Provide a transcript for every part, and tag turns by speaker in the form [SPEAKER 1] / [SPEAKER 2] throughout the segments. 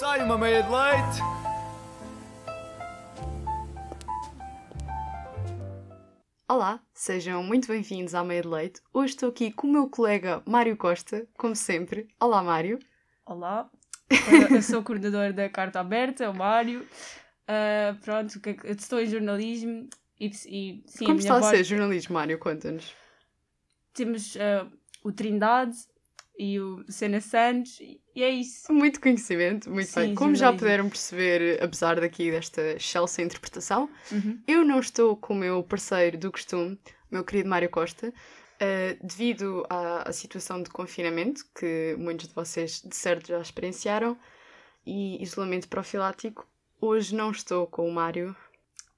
[SPEAKER 1] Grandma made light.
[SPEAKER 2] Olá, sejam muito bem-vindos à Meia de Leite. Hoje estou aqui com o meu colega Mário Costa, como sempre. Olá, Mário.
[SPEAKER 3] Olá, Ora, eu sou o coordenador da Carta Aberta, é o Mário. Ah, pronto, o que é que- eu estou em jornalismo e, e sim, a
[SPEAKER 2] como
[SPEAKER 3] minha
[SPEAKER 2] está a
[SPEAKER 3] voz-
[SPEAKER 2] ser jornalismo, Mário? Conta-nos.
[SPEAKER 3] Temos ah, o Trindade e o Sena Santos e e é isso.
[SPEAKER 2] Muito conhecimento, muito
[SPEAKER 3] Sim,
[SPEAKER 2] bem. Como já
[SPEAKER 3] jornalismo.
[SPEAKER 2] puderam perceber, apesar daqui desta excelsa interpretação,
[SPEAKER 3] Uhum.
[SPEAKER 2] Eu não estou com o meu parceiro do costume, o meu querido Mário Costa, eh, devido à, à situação de confinamento que muitos de vocês de certo já experienciaram e isolamento profilático. Hoje não estou com o Mário.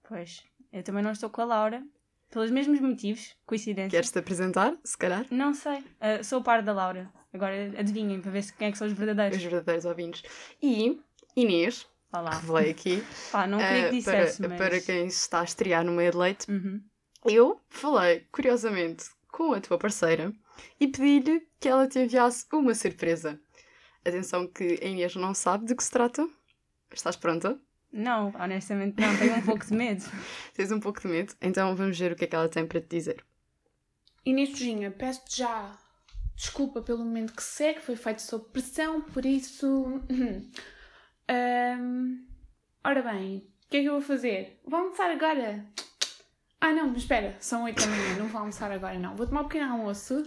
[SPEAKER 3] Pois, eu também não estou com a Laura, pelos mesmos motivos, coincidência.
[SPEAKER 2] Queres-te apresentar, se calhar?
[SPEAKER 3] Não sei, Ah, sou o par da Laura. Agora adivinhem para ver se quem é que são os verdadeiros.
[SPEAKER 2] Os verdadeiros ouvintes. E Inês,
[SPEAKER 3] Olá.
[SPEAKER 2] revelei aqui,
[SPEAKER 3] Pá, não queria
[SPEAKER 2] eh,
[SPEAKER 3] que
[SPEAKER 2] para,
[SPEAKER 3] dissesse, mas...
[SPEAKER 2] para quem se está a estrear no meio de leite,
[SPEAKER 3] Uhum.
[SPEAKER 2] eu falei, curiosamente, com a tua parceira e pedi-lhe que ela te enviasse uma surpresa. Atenção que a Inês não sabe de que se trata. Estás pronta?
[SPEAKER 3] Não, honestamente não, tenho um pouco de medo.
[SPEAKER 2] Tens um pouco de medo? Então vamos ver o que é que ela tem para te dizer.
[SPEAKER 4] Inês Sujinha, peço-te já desculpa pelo momento que segue, foi feito sob pressão, por isso. Ahm, ora bem, o que é que eu vou fazer? Vou almoçar agora! Ah, não, mas espera, são 8 da manhã, não vou almoçar agora, não. Vou tomar um pequeno almoço.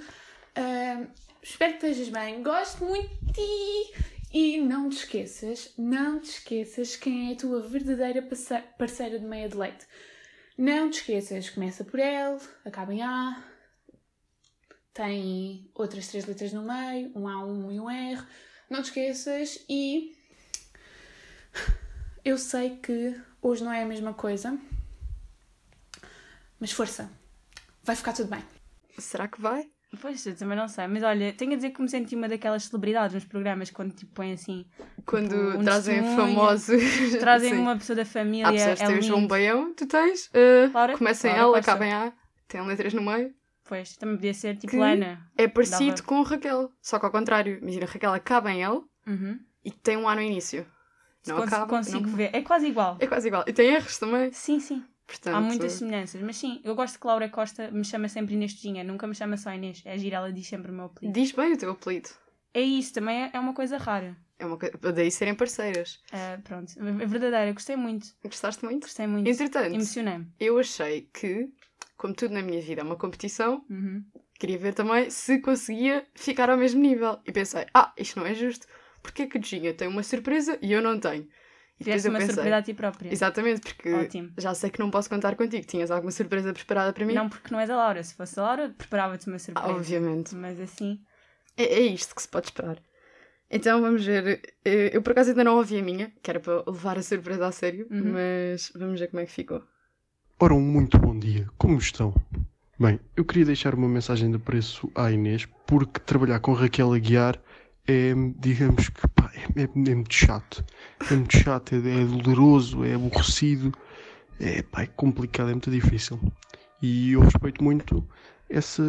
[SPEAKER 4] Ahm, espero que estejas bem, gosto muito de ti! E não te esqueças, não te esqueças quem é a tua verdadeira parce- parceira de meia de leite. Não te esqueças, começa por L, acaba em A, tem outras três letras no meio, um A, um U e um R. Não te esqueças e eu sei que hoje não é a mesma coisa, mas força, vai ficar tudo bem.
[SPEAKER 2] Será que vai?
[SPEAKER 3] Pois, eu também não sei, mas olha, tenho a dizer que me senti uma daquelas celebridades nos programas quando tipo põem assim,
[SPEAKER 2] Quando
[SPEAKER 3] Tipo, um
[SPEAKER 2] trazem
[SPEAKER 3] testemunho,
[SPEAKER 2] famosos.
[SPEAKER 3] trazem
[SPEAKER 2] Sim.
[SPEAKER 3] uma pessoa da família.
[SPEAKER 2] Há pessoas que
[SPEAKER 3] é
[SPEAKER 2] têm um o João
[SPEAKER 3] lindo.
[SPEAKER 2] Baião, tu tens. eh,
[SPEAKER 3] Laura?
[SPEAKER 2] começa em
[SPEAKER 3] Laura
[SPEAKER 2] L,
[SPEAKER 3] Costa.
[SPEAKER 2] acaba em A, tem letras no meio.
[SPEAKER 3] Pois, também podia ser tipo
[SPEAKER 2] Que-
[SPEAKER 3] Lana.
[SPEAKER 2] É parecido
[SPEAKER 3] Dava.
[SPEAKER 2] com Raquel, só que ao contrário. Imagina, Raquel acaba em L
[SPEAKER 3] Uhum.
[SPEAKER 2] e tem um A no início.
[SPEAKER 3] Se
[SPEAKER 2] Não
[SPEAKER 3] cons-
[SPEAKER 2] acaba,
[SPEAKER 3] consigo
[SPEAKER 2] não-
[SPEAKER 3] ver. É quase igual.
[SPEAKER 2] É quase igual. E tem erros também.
[SPEAKER 3] Sim, sim.
[SPEAKER 2] Portanto,
[SPEAKER 3] Há muitas semelhanças. Mas sim, eu gosto que Laura Costa me chama sempre Inês Tujinha, nunca me chama só Inês. É gira, ela diz sempre o meu apelido.
[SPEAKER 2] Diz bem o teu apelido.
[SPEAKER 3] É isso, também é- é uma coisa rara.
[SPEAKER 2] É uma coisa. Daí serem parceiras.
[SPEAKER 3] Ah, pronto, é verdadeira, gostei muito.
[SPEAKER 2] Gostaste muito?
[SPEAKER 3] Gostei muito.
[SPEAKER 2] Entretanto,
[SPEAKER 3] Emocionei-me.
[SPEAKER 2] eu achei que, como tudo na minha vida é uma competição,
[SPEAKER 3] Uhum.
[SPEAKER 2] queria ver também se conseguia ficar ao mesmo nível. E pensei, ah, isto não é justo. Porque é que o Ginha tem uma surpresa e eu não tenho? E
[SPEAKER 3] Fizeste uma surpresa a ti própria.
[SPEAKER 2] Exatamente, porque
[SPEAKER 3] Ótimo.
[SPEAKER 2] já sei que não posso contar contigo. Tinhas alguma surpresa preparada para mim?
[SPEAKER 3] Não porque não és a Laura. Se fosse a Laura, preparava-te uma
[SPEAKER 2] Ah,
[SPEAKER 3] surpresa.
[SPEAKER 2] obviamente.
[SPEAKER 3] Mas assim,
[SPEAKER 2] É, é isto que se pode esperar. Então vamos ver. Eh, Eu por acaso ainda não ouvi a minha, que era para levar a surpresa a sério,
[SPEAKER 3] Uhum.
[SPEAKER 2] mas vamos ver como é que ficou.
[SPEAKER 5] Ora, um muito bom dia. Como estão? Bem, eu queria deixar uma mensagem de apreço à Inês, porque trabalhar com Raquel Aguiar é, digamos que, pá, é, é- é muito chato. É muito chato, é, é doloroso, é aborrecido, é, pá, é complicado, é muito difícil. E eu respeito muito essa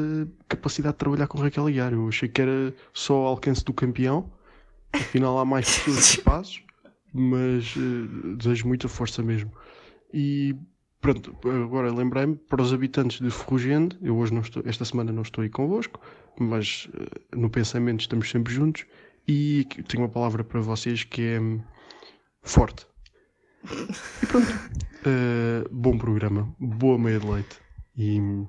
[SPEAKER 5] capacidade de trabalhar com Raquel Aguiar. Eu achei que era só ao alcance do campeão, afinal há mais pessoas capazes, mas eh, desejo muita força mesmo. E Pronto, agora lembrei-me, para os habitantes de Ferrugende, eu hoje não estou, esta semana não estou aí convosco, mas eh, no pensamento estamos sempre juntos, e que- tenho uma palavra para vocês que é hum, forte. E pronto. Eh, bom programa, boa meia de leite, e hum,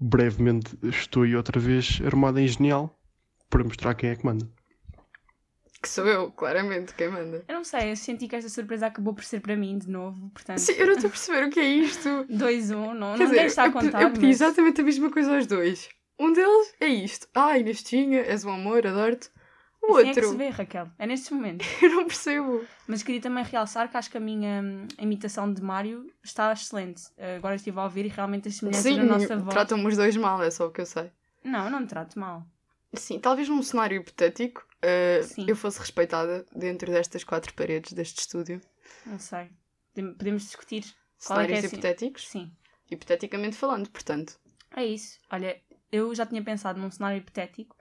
[SPEAKER 5] brevemente estou aí outra vez armado em genial para mostrar quem é que manda.
[SPEAKER 2] Que sou eu, claramente, quem manda.
[SPEAKER 3] eu não sei, eu senti que esta surpresa acabou por ser para mim de novo, portanto.
[SPEAKER 2] Sim, eu não estou a perceber o que é isto.
[SPEAKER 3] 2-1, um, não,
[SPEAKER 2] Quer
[SPEAKER 3] não
[SPEAKER 2] dizer,
[SPEAKER 3] ninguém está a
[SPEAKER 2] eu pedi-
[SPEAKER 3] contar.
[SPEAKER 2] Eu pedi
[SPEAKER 3] mas-
[SPEAKER 2] exatamente a mesma coisa aos dois. Um deles é isto. Ai, Nestinha, és um amor, adoro-te. O
[SPEAKER 3] Assim é que
[SPEAKER 2] outro,
[SPEAKER 3] se vê, Raquel. É nestes momentos.
[SPEAKER 2] eu não percebo.
[SPEAKER 3] Mas queria também realçar que acho que a minha hum, imitação de Mário está excelente. Uh, Agora estive a ouvir e realmente as semelhanças
[SPEAKER 2] Sim,
[SPEAKER 3] na nossa voz.
[SPEAKER 2] tratam-me os dois mal, é só o que eu sei.
[SPEAKER 3] Não, não te trato mal.
[SPEAKER 2] Sim, talvez num cenário hipotético eh,
[SPEAKER 3] Sim.
[SPEAKER 2] eu fosse respeitada dentro destas quatro paredes deste estúdio.
[SPEAKER 3] Não sei. Podem- Podemos discutir. Qual é que é
[SPEAKER 2] Cenários
[SPEAKER 3] assim?
[SPEAKER 2] hipotéticos,
[SPEAKER 3] Sim.
[SPEAKER 2] hipoteticamente falando, portanto.
[SPEAKER 3] É isso. Olha, eu já tinha pensado num cenário hipotético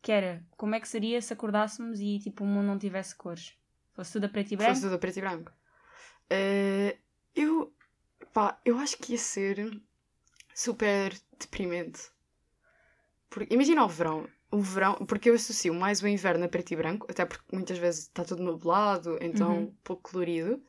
[SPEAKER 3] que era como é que seria se acordássemos e tipo o mundo não tivesse cores. Fosse tudo a preto e branco.
[SPEAKER 2] Fosse tudo a preto e branco. Eh, eu, pá, eu acho que ia ser super deprimente. Porque, imagina o verão. O verão, porque eu associo mais o inverno a preto e branco, até porque muitas vezes está tudo nublado, então
[SPEAKER 3] Uhum.
[SPEAKER 2] pouco colorido.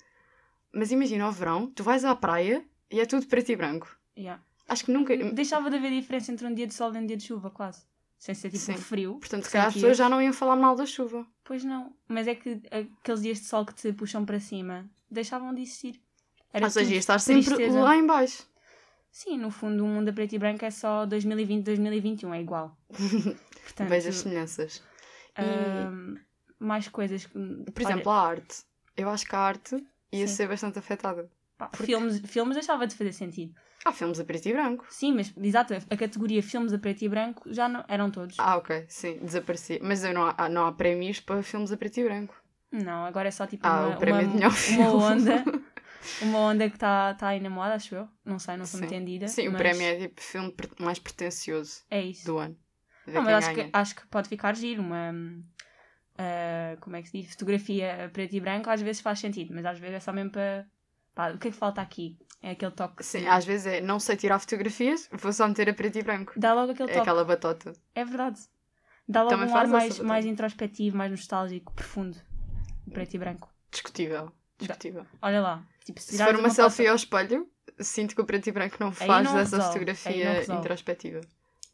[SPEAKER 2] Mas imagina o verão, tu vais à praia e é tudo preto e branco.
[SPEAKER 3] Yeah.
[SPEAKER 2] Acho que nunca.
[SPEAKER 3] Deixava de haver diferença entre um dia de sol e um dia de chuva, quase. Sem ser tipo
[SPEAKER 2] Sim.
[SPEAKER 3] frio.
[SPEAKER 2] Portanto, se
[SPEAKER 3] que
[SPEAKER 2] calhar as
[SPEAKER 3] sentias.
[SPEAKER 2] pessoas já não iam falar mal da chuva.
[SPEAKER 3] Pois não. Mas é que aqueles dias de sol que te puxam para cima deixavam de existir. Era
[SPEAKER 2] Ou seja,
[SPEAKER 3] tudo
[SPEAKER 2] ia estar sempre
[SPEAKER 3] tristeza.
[SPEAKER 2] lá em baixo.
[SPEAKER 3] Sim, no fundo, o mundo a preto e branco é só 2020, 2021, é igual. Portanto,
[SPEAKER 2] Vejo as semelhanças. E,
[SPEAKER 3] ahm, mais coisas que.
[SPEAKER 2] por exemplo, a arte. Eu acho que a arte ia
[SPEAKER 3] Sim.
[SPEAKER 2] ser bastante afetada.
[SPEAKER 3] pá, filmes, filmes deixava de fazer sentido.
[SPEAKER 2] Há filmes a preto e branco.
[SPEAKER 3] Sim, mas exato, a categoria filmes a preto e branco já não eram todos.
[SPEAKER 2] Ah, ok, sim, desapareci. Mas eu não, há, não há prémios para filmes a preto e branco.
[SPEAKER 3] Não, agora é só tipo
[SPEAKER 2] Ah, o
[SPEAKER 3] uma,
[SPEAKER 2] prémio
[SPEAKER 3] uma,
[SPEAKER 2] de melhor filme.
[SPEAKER 3] uma onda. Uma onda que está tá aí na moda, acho eu. Não sei, não sou
[SPEAKER 2] Sim.
[SPEAKER 3] muito entendida.
[SPEAKER 2] Sim, o
[SPEAKER 3] mas
[SPEAKER 2] prémio é tipo filme pre- mais pretencioso
[SPEAKER 3] É isso.
[SPEAKER 2] do ano. Ver
[SPEAKER 3] Não,
[SPEAKER 2] quem
[SPEAKER 3] mas acho que,
[SPEAKER 2] ganha.
[SPEAKER 3] acho que pode ficar giro. Uma. hum, ah, como é que se diz? Fotografia a preto e branco às vezes faz sentido, mas às vezes é só mesmo para. Pá, o que é que falta aqui? É aquele toque.
[SPEAKER 2] Sim,
[SPEAKER 3] de-
[SPEAKER 2] às vezes é não sei tirar fotografias, vou só meter a preto e branco.
[SPEAKER 3] Dá logo aquele
[SPEAKER 2] É
[SPEAKER 3] toque.
[SPEAKER 2] aquela batota.
[SPEAKER 3] É verdade. Dá logo
[SPEAKER 2] Também
[SPEAKER 3] um ar
[SPEAKER 2] faz essa
[SPEAKER 3] mais,
[SPEAKER 2] batata.
[SPEAKER 3] mais introspectivo, mais nostálgico, profundo. O Preto e branco.
[SPEAKER 2] Discutível. Discutível.
[SPEAKER 3] Olha lá. Tipo,
[SPEAKER 2] Se
[SPEAKER 3] tirares
[SPEAKER 2] for uma, selfie
[SPEAKER 3] foto-
[SPEAKER 2] ao espelho, sinto que o preto e branco não
[SPEAKER 3] Aí
[SPEAKER 2] faz
[SPEAKER 3] não
[SPEAKER 2] dessa
[SPEAKER 3] resolve, aí não
[SPEAKER 2] fotografia
[SPEAKER 3] resolve.
[SPEAKER 2] introspectiva.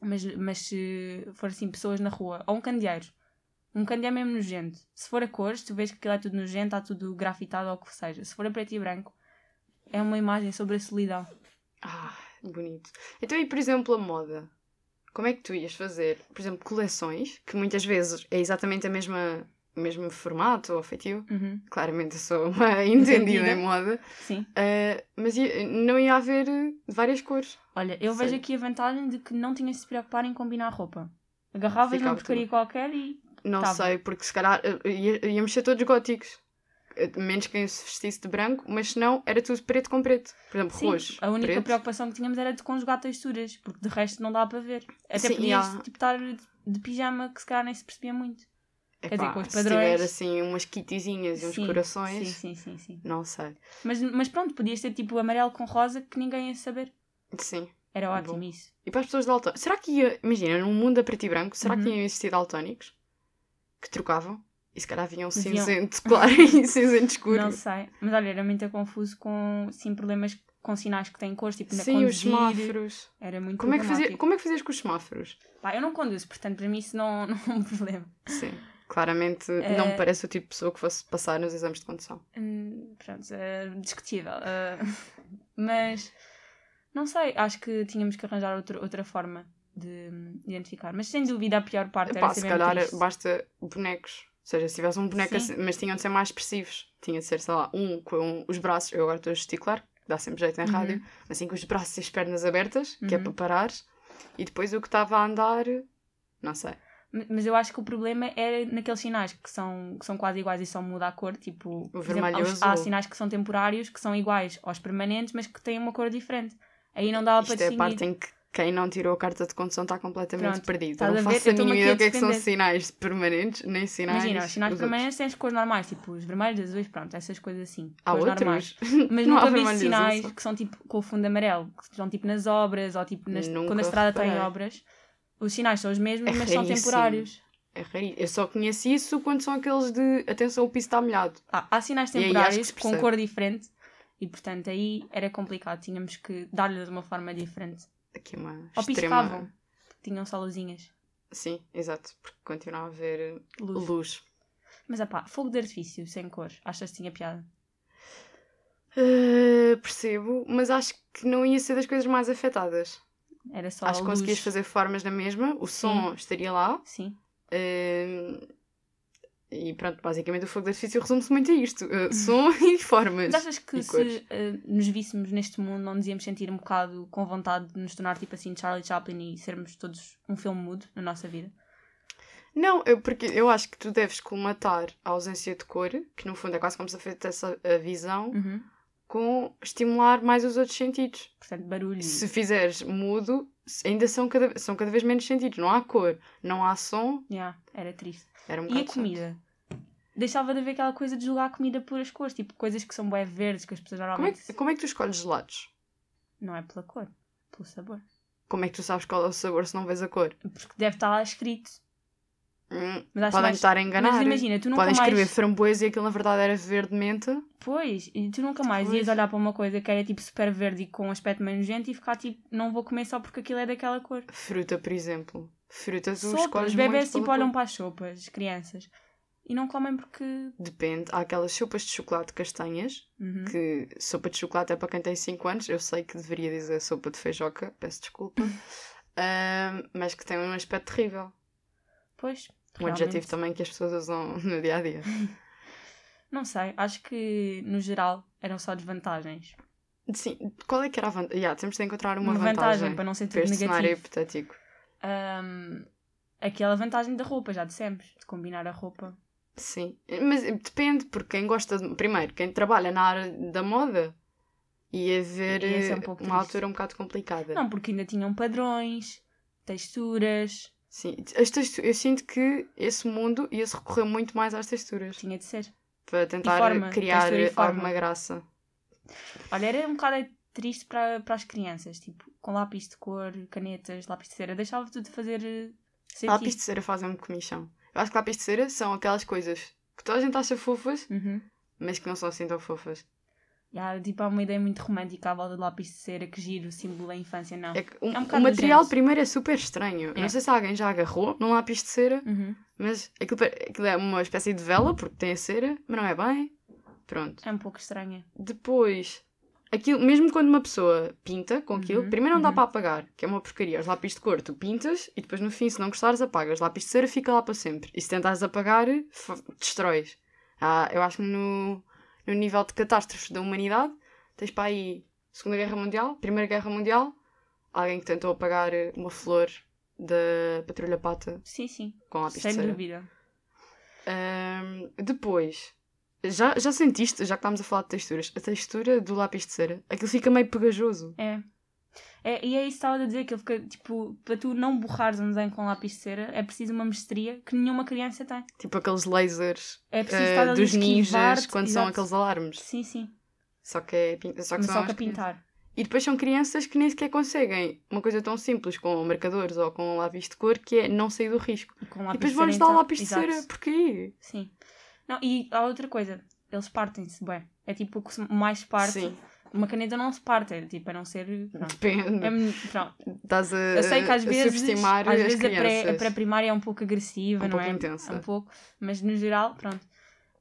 [SPEAKER 3] Mas, mas se for assim, pessoas na rua. Ou um candeeiro. Um candeeiro mesmo nojento. Se for a cores, tu vês que aquilo é tudo nojento, está tudo grafitado ou o que seja. Se for a preto e branco, é uma imagem sobre a solidão.
[SPEAKER 2] Ah, bonito. Então, e por exemplo, a moda? Como é que tu ias fazer, por exemplo, coleções, que muitas vezes é exatamente a mesma, o mesmo formato ou feitio?
[SPEAKER 3] Uhum.
[SPEAKER 2] Claramente eu sou uma entendida
[SPEAKER 3] Entendida.
[SPEAKER 2] em moda,
[SPEAKER 3] Sim.
[SPEAKER 2] Ah, mas ia- não ia haver eh, várias cores.
[SPEAKER 3] Olha, eu
[SPEAKER 2] Sei.
[SPEAKER 3] vejo aqui a vantagem de que não tinhas de se preocupar em combinar roupa. Agarravas
[SPEAKER 2] Ficava
[SPEAKER 3] numa porcaria qualquer e
[SPEAKER 2] Não
[SPEAKER 3] Tá
[SPEAKER 2] sei, porque se calhar eh, ia- íamos ser todos góticos. Eh, Menos quem se vestisse de branco, mas se não, era tudo preto com preto. Por exemplo,
[SPEAKER 3] Sim,
[SPEAKER 2] roxo.
[SPEAKER 3] a única
[SPEAKER 2] preto.
[SPEAKER 3] preocupação que tínhamos era de conjugar texturas, porque de resto não dá para ver. Até
[SPEAKER 2] Sim,
[SPEAKER 3] podias
[SPEAKER 2] e há-
[SPEAKER 3] tipo, estar de, de pijama que se calhar nem se percebia muito. quer dizer,
[SPEAKER 2] Epá,
[SPEAKER 3] com os
[SPEAKER 2] É Se
[SPEAKER 3] É tipo padrões.
[SPEAKER 2] tiver assim umas kittyzinhas e uns
[SPEAKER 3] Sim,
[SPEAKER 2] corações,
[SPEAKER 3] Sim, sim, sim, sim.
[SPEAKER 2] não sei.
[SPEAKER 3] Mas, mas pronto, podias ter tipo amarelo com rosa que ninguém ia saber.
[SPEAKER 2] Sim.
[SPEAKER 3] Era
[SPEAKER 2] Bom.
[SPEAKER 3] ótimo isso.
[SPEAKER 2] E para as pessoas daltónicas, será que ia, imagina, num mundo a preto e branco, será que
[SPEAKER 3] Uhum.
[SPEAKER 2] iam existir daltónicos que trocavam? E se calhar vinham
[SPEAKER 3] Viam.
[SPEAKER 2] cinzento claro e cinzento escuro.
[SPEAKER 3] Não sei. Mas olha, era muito confuso com sim, problemas com sinais que têm cores, tipo na
[SPEAKER 2] Sim, os
[SPEAKER 3] conduzir.
[SPEAKER 2] semáforos.
[SPEAKER 3] Era muito
[SPEAKER 2] Como é, que fazia,
[SPEAKER 3] problemático.
[SPEAKER 2] como é que fazias com os semáforos?
[SPEAKER 3] Pá, eu não conduzo, portanto para mim isso não, não é um problema.
[SPEAKER 2] Sim, claramente não
[SPEAKER 3] Eh,
[SPEAKER 2] me parece o tipo de pessoa que fosse passar nos exames de condução.
[SPEAKER 3] Hum, Pronto, é discutível. é. mas não sei, acho que tínhamos que arranjar outro, outra forma de hum, identificar. Mas sem dúvida a pior parte
[SPEAKER 2] Epá,
[SPEAKER 3] era
[SPEAKER 2] se
[SPEAKER 3] saber
[SPEAKER 2] calhar
[SPEAKER 3] triste.
[SPEAKER 2] basta bonecos. Ou seja, se tivesse um boneco
[SPEAKER 3] Sim.
[SPEAKER 2] assim, mas tinham de ser mais expressivos. Tinha de ser, sei lá, um com os braços. Eu agora estou a gesticular, dá sempre jeito na
[SPEAKER 3] Uhum.
[SPEAKER 2] rádio. assim com os braços e as pernas abertas, que é
[SPEAKER 3] Uhum.
[SPEAKER 2] para parar, e depois o que estava a andar, não sei.
[SPEAKER 3] M- Mas eu acho que o problema era naqueles sinais que são, que são quase iguais e só muda a cor, tipo, por
[SPEAKER 2] vermelho
[SPEAKER 3] há,
[SPEAKER 2] e
[SPEAKER 3] os-
[SPEAKER 2] azul.
[SPEAKER 3] há sinais que são temporários, que são iguais aos permanentes, mas que têm uma cor diferente. Aí não dava para
[SPEAKER 2] Isto é a
[SPEAKER 3] distinguir.
[SPEAKER 2] parte em que quem não tirou a carta de condução está completamente
[SPEAKER 3] Pronto,
[SPEAKER 2] perdido.
[SPEAKER 3] estás
[SPEAKER 2] Eu
[SPEAKER 3] a
[SPEAKER 2] não
[SPEAKER 3] ver?
[SPEAKER 2] faço a
[SPEAKER 3] Eu estou-me
[SPEAKER 2] mínima ideia
[SPEAKER 3] aqui
[SPEAKER 2] o
[SPEAKER 3] a
[SPEAKER 2] que é que são
[SPEAKER 3] defender.
[SPEAKER 2] sinais permanentes, nem sinais.
[SPEAKER 3] Imagina, os sinais é
[SPEAKER 2] os outros.
[SPEAKER 3] permanentes têm as cores normais, tipo os vermelhos, azuis, pronto, essas coisas assim.
[SPEAKER 2] Há
[SPEAKER 3] cores
[SPEAKER 2] outros.
[SPEAKER 3] normais. Mas
[SPEAKER 2] Não há
[SPEAKER 3] nunca vi
[SPEAKER 2] vermelho e azul
[SPEAKER 3] sinais
[SPEAKER 2] só.
[SPEAKER 3] que são tipo com o fundo amarelo, que estão tipo nas obras ou tipo nas-
[SPEAKER 2] Nunca
[SPEAKER 3] quando a estrada está em
[SPEAKER 2] reparei.
[SPEAKER 3] obras. Os sinais são os mesmos,
[SPEAKER 2] É
[SPEAKER 3] mas são
[SPEAKER 2] raríssimo.
[SPEAKER 3] temporários.
[SPEAKER 2] É raríssimo. Eu só conheço isso quando são aqueles de atenção, o piso está molhado.
[SPEAKER 3] Ah, há sinais
[SPEAKER 2] E aí acho que
[SPEAKER 3] temporários
[SPEAKER 2] se
[SPEAKER 3] com
[SPEAKER 2] percebe.
[SPEAKER 3] cor diferente e portanto aí era complicado, tínhamos que dar-lhes uma forma diferente.
[SPEAKER 2] Aqui é uma
[SPEAKER 3] Ou
[SPEAKER 2] extrema.
[SPEAKER 3] piscavam, tinham só luzinhas,
[SPEAKER 2] Sim, exato, porque continua a haver eh,
[SPEAKER 3] luz.
[SPEAKER 2] luz.
[SPEAKER 3] Mas ah pá, fogo de artifício sem cor, achas que tinha piada?
[SPEAKER 2] Ah, percebo, mas acho que não ia ser das coisas mais afetadas.
[SPEAKER 3] Era só
[SPEAKER 2] Acho
[SPEAKER 3] a
[SPEAKER 2] que
[SPEAKER 3] luz.
[SPEAKER 2] conseguias fazer formas na mesma, o som estaria lá.
[SPEAKER 3] Sim,
[SPEAKER 2] hum, e pronto, basicamente o fogo de artifício resume-se muito a isto: uh, som e formas.
[SPEAKER 3] mas achas que
[SPEAKER 2] e
[SPEAKER 3] se
[SPEAKER 2] cores.
[SPEAKER 3] eh, nos víssemos neste mundo não nos íamos sentir um bocado com vontade de nos tornar tipo assim Charlie Chaplin e sermos todos um filme mudo na nossa vida?
[SPEAKER 2] Não, eu, porque eu acho que tu deves colmatar a ausência de cor, que no fundo é quase como se afetasse a a visão,
[SPEAKER 3] Uhum.
[SPEAKER 2] com estimular mais os outros sentidos.
[SPEAKER 3] Portanto, barulho.
[SPEAKER 2] Se fizeres mudo, se- ainda são cada, são cada vez menos sentidos. Não há cor, não há som.
[SPEAKER 3] Yeah, era triste.
[SPEAKER 2] Era um
[SPEAKER 3] e
[SPEAKER 2] bocado
[SPEAKER 3] a
[SPEAKER 2] chato.
[SPEAKER 3] comida? deixava de haver aquela coisa de julgar a comida por as cores, tipo coisas que são bem verdes, que as pessoas
[SPEAKER 2] Como é,
[SPEAKER 3] normalmente.
[SPEAKER 2] que, como é que tu escolhes gelados?
[SPEAKER 3] Não é pela cor, pelo sabor.
[SPEAKER 2] Como é que tu sabes qual é o sabor se não vês a cor?
[SPEAKER 3] Porque deve estar lá escrito.
[SPEAKER 2] Hum,
[SPEAKER 3] Mas acho
[SPEAKER 2] podem
[SPEAKER 3] mais...
[SPEAKER 2] estar a enganar.
[SPEAKER 3] Mas imagina, tu nunca
[SPEAKER 2] podem
[SPEAKER 3] mais.
[SPEAKER 2] escrever framboesa e aquilo na verdade era verde menta.
[SPEAKER 3] Pois, e tu nunca mais
[SPEAKER 2] Pois.
[SPEAKER 3] ias olhar para uma coisa que era tipo super verde e com um aspecto meio nojento e ficar tipo, não vou comer só porque aquilo é daquela cor.
[SPEAKER 2] Fruta, por exemplo. Fruta tu
[SPEAKER 3] Sopas,
[SPEAKER 2] escolhes
[SPEAKER 3] os
[SPEAKER 2] muito
[SPEAKER 3] bebés
[SPEAKER 2] pela
[SPEAKER 3] tipo
[SPEAKER 2] cor.
[SPEAKER 3] olham para as sopas, as crianças, e não comem porque.
[SPEAKER 2] Depende. Há aquelas sopas de chocolate castanhas,
[SPEAKER 3] Uhum.
[SPEAKER 2] que sopa de chocolate é para quem tem 5 anos. Eu sei que deveria dizer sopa de feijoca, peço desculpa. Ahm, mas que tem um aspecto terrível.
[SPEAKER 3] Pois.
[SPEAKER 2] Um adjetivo
[SPEAKER 3] realmente.
[SPEAKER 2] também que as pessoas usam no dia a dia.
[SPEAKER 3] Não sei, acho que no geral eram só desvantagens.
[SPEAKER 2] Sim, qual é que era a vantagem? Yeah, temos de encontrar uma,
[SPEAKER 3] Uma, vantagem,
[SPEAKER 2] vantagem,
[SPEAKER 3] para não ser
[SPEAKER 2] para
[SPEAKER 3] tudo
[SPEAKER 2] este cenário
[SPEAKER 3] negativo.
[SPEAKER 2] hipotético.
[SPEAKER 3] Ahm, aquela vantagem da roupa, já dissemos, de combinar a roupa.
[SPEAKER 2] Sim, mas depende, porque quem gosta de... Primeiro, quem trabalha na área da moda ia ver
[SPEAKER 3] Ia ser um
[SPEAKER 2] eh,
[SPEAKER 3] pouco
[SPEAKER 2] uma
[SPEAKER 3] triste.
[SPEAKER 2] altura um bocado complicada.
[SPEAKER 3] Não, porque ainda tinham padrões, texturas,
[SPEAKER 2] Sim, as textu- eu sinto que esse mundo ia-se recorrer muito mais às texturas
[SPEAKER 3] tinha de ser.
[SPEAKER 2] para tentar
[SPEAKER 3] forma,
[SPEAKER 2] criar
[SPEAKER 3] textura e forma.
[SPEAKER 2] alguma graça.
[SPEAKER 3] Olha, era um bocado triste para, para as crianças, tipo, com lápis de cor, canetas, lápis de cera, deixava tudo de fazer eh, sentido.
[SPEAKER 2] Lápis de cera fazem-me comichão. Eu acho que lápis de cera são aquelas coisas que toda a gente acha fofas,
[SPEAKER 3] Uhum.
[SPEAKER 2] mas que não são assim tão fofas.
[SPEAKER 3] E há, tipo, há uma ideia muito romântica à volta de lápis de cera, que gira o símbolo da infância, não.
[SPEAKER 2] É que um-
[SPEAKER 3] É um
[SPEAKER 2] o
[SPEAKER 3] bocado
[SPEAKER 2] material
[SPEAKER 3] nojento.
[SPEAKER 2] primeiro é super estranho. Eu
[SPEAKER 3] É.
[SPEAKER 2] Não sei se alguém já agarrou num lápis de cera,
[SPEAKER 3] Uhum.
[SPEAKER 2] mas aquilo, pa- aquilo é uma espécie de vela, porque tem a cera, mas não é bem. Pronto.
[SPEAKER 3] É um pouco estranha.
[SPEAKER 2] Depois, aquilo, mesmo quando uma pessoa pinta com aquilo,
[SPEAKER 3] Uhum,
[SPEAKER 2] primeiro não dá
[SPEAKER 3] uhum.
[SPEAKER 2] para apagar, que é uma porcaria. Os lápis de cor tu pintas e depois no fim, se não gostares, apagas. Lápis de cera fica lá para sempre. E se tentares apagar, fa- destróis. Ah, eu acho que no, no nível de catástrofes da humanidade, tens para aí Segunda Guerra Mundial, Primeira Guerra Mundial, alguém que tentou apagar uma flor da Patrulha Pata
[SPEAKER 3] Sim, sim,
[SPEAKER 2] com lápis
[SPEAKER 3] sem
[SPEAKER 2] de cera.
[SPEAKER 3] dúvida.
[SPEAKER 2] Ahm, depois, já, já sentiste, já que estávamos a falar de texturas, a textura do lápis de cera, aquilo fica meio pegajoso.
[SPEAKER 3] É. É, e é isso que estava a dizer, que ele fica, tipo, para tu não borrares um desenho com lápis de cera, é preciso uma mestria que nenhuma criança tem.
[SPEAKER 2] Tipo aqueles lasers
[SPEAKER 3] É preciso
[SPEAKER 2] ah,
[SPEAKER 3] estar
[SPEAKER 2] dos
[SPEAKER 3] ali a esquivar-te,
[SPEAKER 2] ninjas quando são
[SPEAKER 3] exato.
[SPEAKER 2] aqueles alarmes.
[SPEAKER 3] Sim, sim,
[SPEAKER 2] Só que é pin- só que
[SPEAKER 3] mas
[SPEAKER 2] são
[SPEAKER 3] só
[SPEAKER 2] as crianças.
[SPEAKER 3] para pintar.
[SPEAKER 2] E depois são crianças que nem sequer conseguem uma coisa tão simples com marcadores ou com lápis de cor que é não sair do risco.
[SPEAKER 3] E,
[SPEAKER 2] e
[SPEAKER 3] com lápis
[SPEAKER 2] depois
[SPEAKER 3] de
[SPEAKER 2] vão-lhes
[SPEAKER 3] cera,
[SPEAKER 2] dar um
[SPEAKER 3] então.
[SPEAKER 2] lápis de
[SPEAKER 3] Exato.
[SPEAKER 2] cera, porquê?
[SPEAKER 3] Sim. Não, e há outra coisa, eles partem-se bem. É tipo o que se mais parte.
[SPEAKER 2] Sim,
[SPEAKER 3] Uma caneta não se parte, é tipo, a não ser. Pronto.
[SPEAKER 2] depende.
[SPEAKER 3] É muito- pronto.
[SPEAKER 2] Estás a,
[SPEAKER 3] Eu sei que às
[SPEAKER 2] a
[SPEAKER 3] vezes,
[SPEAKER 2] subestimar
[SPEAKER 3] às
[SPEAKER 2] Eh, as
[SPEAKER 3] vezes a pré- a
[SPEAKER 2] crianças.
[SPEAKER 3] pré-primária é um pouco agressiva,
[SPEAKER 2] Um
[SPEAKER 3] não
[SPEAKER 2] pouco
[SPEAKER 3] é?
[SPEAKER 2] intensa.
[SPEAKER 3] Um pouco, mas no geral, pronto.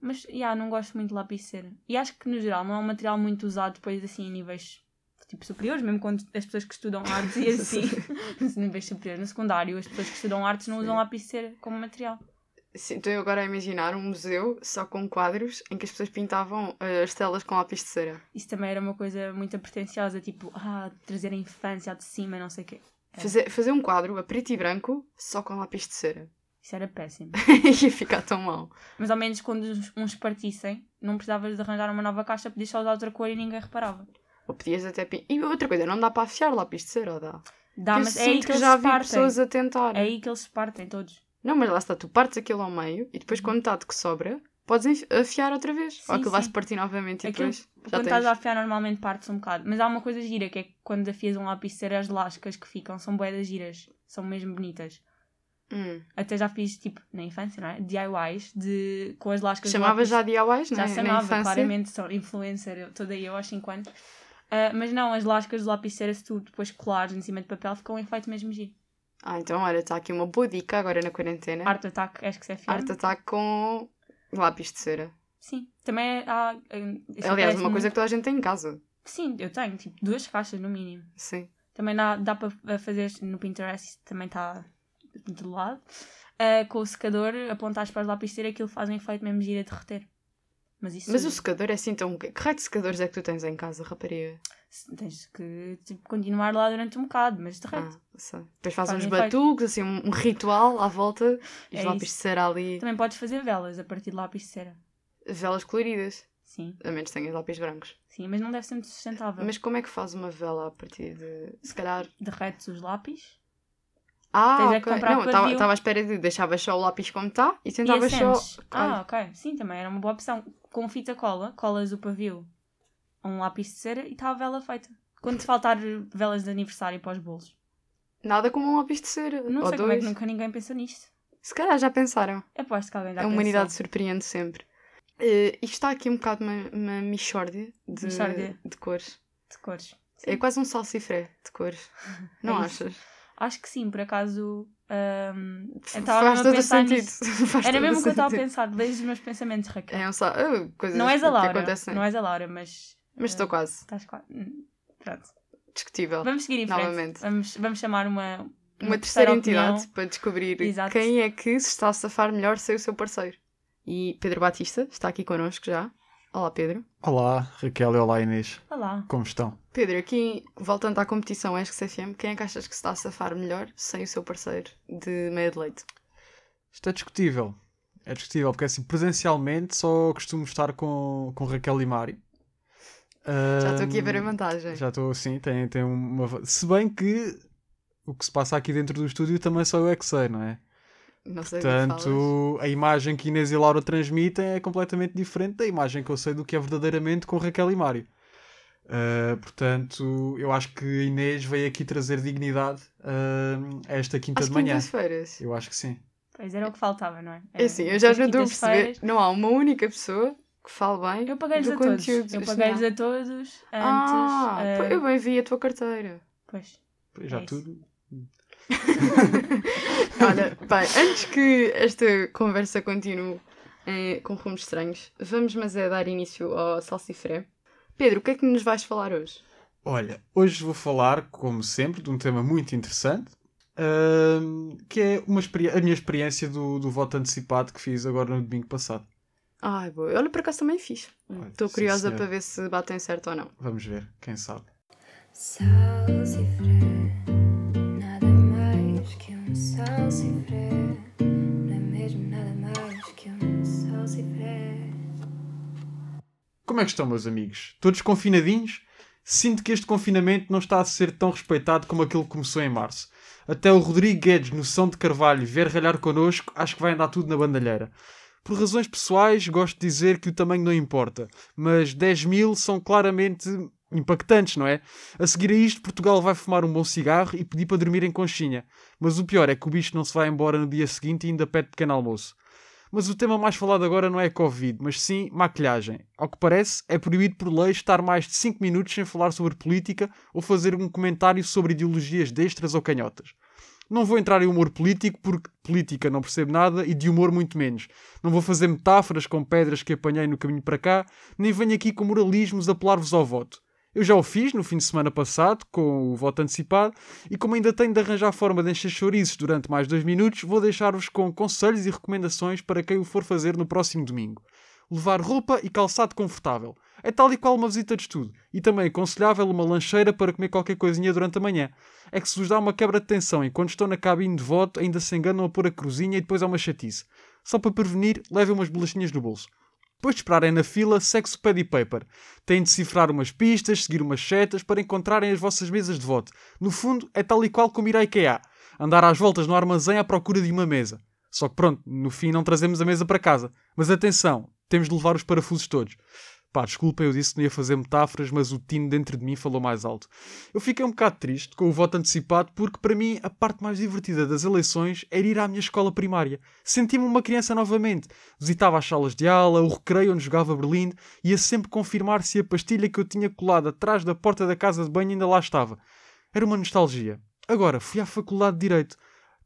[SPEAKER 3] Mas, já, não gosto muito de lápis de cera. E acho que, no geral, não é um material muito usado depois, assim, em níveis, tipo, superiores, mesmo quando as pessoas que estudam artes e assim, nos níveis superiores, no secundário, as pessoas que estudam artes não usam lápis de cera como material.
[SPEAKER 2] Sim, estou eu agora a imaginar um museu só com quadros em que as pessoas pintavam eh, as telas com lápis de cera.
[SPEAKER 3] Isso também era uma coisa muito pretenciosa, tipo, ah, trazer a infância de cima, não sei o quê. É.
[SPEAKER 2] Fazer, fazer um quadro a preto e branco só com lápis de cera.
[SPEAKER 3] Isso era péssimo.
[SPEAKER 2] Ia ficar tão mal.
[SPEAKER 3] Mas ao menos quando uns, uns partissem, não precisavas de arranjar uma nova caixa, podias só usar outra cor e ninguém reparava.
[SPEAKER 2] Ou podias até pintar. E outra coisa, não dá para afiar lápis de cera, ou dá?
[SPEAKER 3] Dá,
[SPEAKER 2] Eu
[SPEAKER 3] mas é aí
[SPEAKER 2] sinto
[SPEAKER 3] que,
[SPEAKER 2] que
[SPEAKER 3] eles
[SPEAKER 2] já
[SPEAKER 3] se
[SPEAKER 2] vi
[SPEAKER 3] partem.
[SPEAKER 2] pessoas a tentar.
[SPEAKER 3] É aí que eles se partem todos.
[SPEAKER 2] Não, mas lá está, tu partes aquilo ao meio e depois com o metade que sobra podes enfi- afiar outra vez.
[SPEAKER 3] Sim,
[SPEAKER 2] ou aquilo vai-se
[SPEAKER 3] sim.
[SPEAKER 2] partir novamente e
[SPEAKER 3] Aquilo-
[SPEAKER 2] depois já
[SPEAKER 3] quando
[SPEAKER 2] tens.
[SPEAKER 3] estás a afiar, normalmente partes um bocado. Mas há uma coisa gira, que é que quando afias um lápis de cera, as lascas que ficam são boedas giras. São mesmo bonitas.
[SPEAKER 2] Hum.
[SPEAKER 3] Até já fiz, tipo, na infância, não é? DIYs de... com as lascas do
[SPEAKER 2] Chamava
[SPEAKER 3] lápis.
[SPEAKER 2] já DIYs, não
[SPEAKER 3] Já
[SPEAKER 2] é?
[SPEAKER 3] se
[SPEAKER 2] Na
[SPEAKER 3] chamava,
[SPEAKER 2] infância.
[SPEAKER 3] claramente, sou influencer, eu, toda eu aos 5 anos. Ah, mas não, as lascas do lápis de cera, se tu depois colares em cima de papel, ficam um efeito mesmo giro.
[SPEAKER 2] Ah, então olha, está aqui uma boa dica agora na quarentena.
[SPEAKER 3] Art Attack, acho que se é filme.
[SPEAKER 2] Art Attack com lápis de cera.
[SPEAKER 3] Sim, também há... hum, isso
[SPEAKER 2] Aliás,
[SPEAKER 3] parece
[SPEAKER 2] uma coisa
[SPEAKER 3] muito-
[SPEAKER 2] que toda a gente tem em casa.
[SPEAKER 3] Sim, eu tenho, tipo, duas caixas no mínimo.
[SPEAKER 2] Sim.
[SPEAKER 3] Também dá, dá para eh, fazer no Pinterest, isso também está de lado. Ah, com o secador, apontares para os lápis de cera, aquilo faz um efeito mesmo giro a derreter. Mas isso...
[SPEAKER 2] Mas o secador é assim tão. Que raio de secadores é que tu tens em casa, rapariga?
[SPEAKER 3] Tens que tipo, continuar lá durante um bocado, mas derrete.
[SPEAKER 2] Ah, sei. Depois faz
[SPEAKER 3] Fazem
[SPEAKER 2] uns
[SPEAKER 3] efeito.
[SPEAKER 2] batucos, assim, um um ritual à volta e os
[SPEAKER 3] É
[SPEAKER 2] lápis
[SPEAKER 3] isso.
[SPEAKER 2] de cera ali,
[SPEAKER 3] Também podes fazer velas a partir de lápis de cera.
[SPEAKER 2] velas coloridas.
[SPEAKER 3] Sim,
[SPEAKER 2] A menos que tenhas lápis brancos.
[SPEAKER 3] sim, mas não deve ser muito sustentável.
[SPEAKER 2] Mas como é que faz uma vela a partir de. Se calhar.
[SPEAKER 3] Derretes os lápis,
[SPEAKER 2] Ah,
[SPEAKER 3] Tens é que
[SPEAKER 2] ok.
[SPEAKER 3] comprar
[SPEAKER 2] Não,
[SPEAKER 3] pavio.
[SPEAKER 2] estava à espera de deixavas só o lápis como está e
[SPEAKER 3] E
[SPEAKER 2] tentavas só.
[SPEAKER 3] acendes. Ah, ok. Sim, também era uma boa opção. Com fita cola, colas o pavio a um lápis de cera e está a vela feita. Quando te faltar velas de aniversário para os bolos.
[SPEAKER 2] Nada como um lápis de cera.
[SPEAKER 3] Não
[SPEAKER 2] ou
[SPEAKER 3] sei
[SPEAKER 2] dois.
[SPEAKER 3] como é que nunca ninguém pensou nisto.
[SPEAKER 2] Se calhar já pensaram.
[SPEAKER 3] Aposto que alguém dá
[SPEAKER 2] a humanidade surpreende sempre. Eh, isto está aqui um bocado uma, uma mixórdia de,
[SPEAKER 3] Mixórdia.
[SPEAKER 2] de cores.
[SPEAKER 3] de cores.
[SPEAKER 2] É quase um salsifré de cores. Não
[SPEAKER 3] É isso.
[SPEAKER 2] achas?
[SPEAKER 3] Acho que sim, por acaso. ahm, eu tava
[SPEAKER 2] Faz
[SPEAKER 3] mesmo a
[SPEAKER 2] todo o
[SPEAKER 3] pensar
[SPEAKER 2] sentido.
[SPEAKER 3] nisto.
[SPEAKER 2] Faz
[SPEAKER 3] Era
[SPEAKER 2] todo o
[SPEAKER 3] mesmo o que eu estava a
[SPEAKER 2] sentido.
[SPEAKER 3] pensar, desde os meus pensamentos, Raquel.
[SPEAKER 2] É um sal... ah, coisas
[SPEAKER 3] não és a
[SPEAKER 2] que- que
[SPEAKER 3] Laura.
[SPEAKER 2] acontecem.
[SPEAKER 3] Não é- és a Laura, mas.
[SPEAKER 2] Mas estou
[SPEAKER 3] eh,
[SPEAKER 2] quase.
[SPEAKER 3] Estás quase. hum, Pronto.
[SPEAKER 2] Discutível.
[SPEAKER 3] Vamos seguir em frente.
[SPEAKER 2] Novamente.
[SPEAKER 3] Vamos, vamos chamar uma.
[SPEAKER 2] uma terceira
[SPEAKER 3] opinião.
[SPEAKER 2] entidade para descobrir
[SPEAKER 3] Exato.
[SPEAKER 2] quem é que se está a safar melhor sem o seu parceiro. E Pedro Batista está aqui connosco já. Olá, Pedro.
[SPEAKER 1] Olá, Raquel e olá, Inês.
[SPEAKER 3] Olá.
[SPEAKER 1] Como estão?
[SPEAKER 2] Pedro, aqui voltando à competição ESC-CFM, quem é que achas que se está a safar melhor sem o seu parceiro de meia de leite?
[SPEAKER 1] Isto é discutível. É discutível, porque assim, presencialmente só costumo estar com, com Raquel e Mário.
[SPEAKER 2] Já estou aqui a ver a
[SPEAKER 1] Ahm,
[SPEAKER 2] vantagem.
[SPEAKER 1] Hum, Já estou, sim, tem, tem uma. va- Se bem que o que se passa aqui dentro do estúdio também só eu é que sei, não é?
[SPEAKER 2] Não sei do que falas.
[SPEAKER 1] Portanto, a imagem que Inês e Laura transmitem é completamente diferente da imagem que eu sei do que é verdadeiramente com Raquel e Mário. Ah, portanto, eu acho que a Inês veio aqui trazer dignidade ah, a esta quinta
[SPEAKER 2] Às
[SPEAKER 1] de manhã.
[SPEAKER 2] quintas-feiras.
[SPEAKER 1] Eu acho que sim.
[SPEAKER 3] Pois era o que faltava, não é?
[SPEAKER 2] É assim, eu já
[SPEAKER 3] As
[SPEAKER 2] não estou a
[SPEAKER 3] quintas-feiras.
[SPEAKER 2] perceber. Não há uma única pessoa que fale bem
[SPEAKER 3] Eu paguei-lhes
[SPEAKER 2] do
[SPEAKER 3] a todos.
[SPEAKER 2] conteúdo.
[SPEAKER 3] Eu paguei-lhes
[SPEAKER 2] Não.
[SPEAKER 3] a todos antes.
[SPEAKER 2] Ah,
[SPEAKER 3] eh,
[SPEAKER 2] pô, eu bem vi a tua carteira.
[SPEAKER 3] Pois.
[SPEAKER 1] Pois já
[SPEAKER 3] É isso.
[SPEAKER 1] tudo.
[SPEAKER 2] Olha, bem, antes que esta conversa continue eh, com rumos estranhos, vamos mas é dar início ao Salsifré. Pedro, o que é que nos vais falar hoje?
[SPEAKER 1] Olha, hoje vou falar, como sempre, de um tema muito interessante, ahm, que é uma experi- a minha experiência do, do voto antecipado que fiz agora no domingo passado.
[SPEAKER 2] Ai, boa. Olha, por acaso também fiz.
[SPEAKER 1] Olha,
[SPEAKER 2] Estou
[SPEAKER 1] sim,
[SPEAKER 2] curiosa
[SPEAKER 1] senhora.
[SPEAKER 2] para ver se batem certo ou não.
[SPEAKER 1] Vamos ver, quem sabe.
[SPEAKER 6] Salsifré, nada mais que um salsifré. Não é mesmo nada mais que um salsifré.
[SPEAKER 1] Como é que estão, meus amigos? Todos confinadinhos? Sinto que este confinamento não está a ser tão respeitado como aquilo que começou em março. Até o Rodrigo Guedes, no São de Carvalho, vier ralhar connosco, acho que vai andar tudo na bandalheira. Por razões pessoais, gosto de dizer que o tamanho não importa, mas 10 mil são claramente impactantes, não é? A seguir a isto, Portugal vai fumar um bom cigarro e pedir para dormir em conchinha. Mas o pior é que o bicho não se vai embora no dia seguinte e ainda pede pequeno almoço. Mas o tema mais falado agora não é Covid, mas sim maquilhagem. Ao que parece, é proibido por lei estar mais de 5 minutos sem falar sobre política ou fazer um comentário sobre ideologias destras ou canhotas. Não vou entrar em humor político porque de política não percebo nada e de humor muito menos. Não vou fazer metáforas com pedras que apanhei no caminho para cá, nem venho aqui com moralismos apelar-vos ao voto. Eu já o fiz no fim de semana passado, com o voto antecipado, e como ainda tenho de arranjar forma de encher chouriços durante mais dois minutos, vou deixar-vos com conselhos e recomendações para quem o for fazer no próximo domingo. Levar roupa e calçado confortável. É tal e qual uma visita de estudo. E também aconselhável uma lancheira para comer qualquer coisinha durante a manhã. É que se vos dá uma quebra de tensão enquanto estão na cabine de voto, ainda se enganam a pôr a cruzinha e depois há uma chatice. Só para prevenir, levem umas bolachinhas no bolso. Depois de esperarem na fila, segue-se o pad e paper. Têm de cifrar umas pistas, seguir umas setas para encontrarem as vossas mesas de voto. No fundo, é tal e qual como ir à IKEA. Andar às voltas no armazém à procura de uma mesa. Só que pronto, no fim não trazemos a mesa para casa. Mas atenção, temos de levar os parafusos todos. Pá, desculpem, eu disse que não ia fazer metáforas, mas o tino dentro de mim falou mais alto. Eu fiquei um bocado triste com o voto antecipado porque, para mim, a parte mais divertida das eleições era ir à minha escola primária. Senti-me uma criança novamente. Visitava as salas de aula, o recreio onde jogava Berlim, ia sempre confirmar se a pastilha que eu tinha colado atrás da porta da casa de banho ainda lá estava. Era uma nostalgia. Agora, fui à Faculdade de Direito.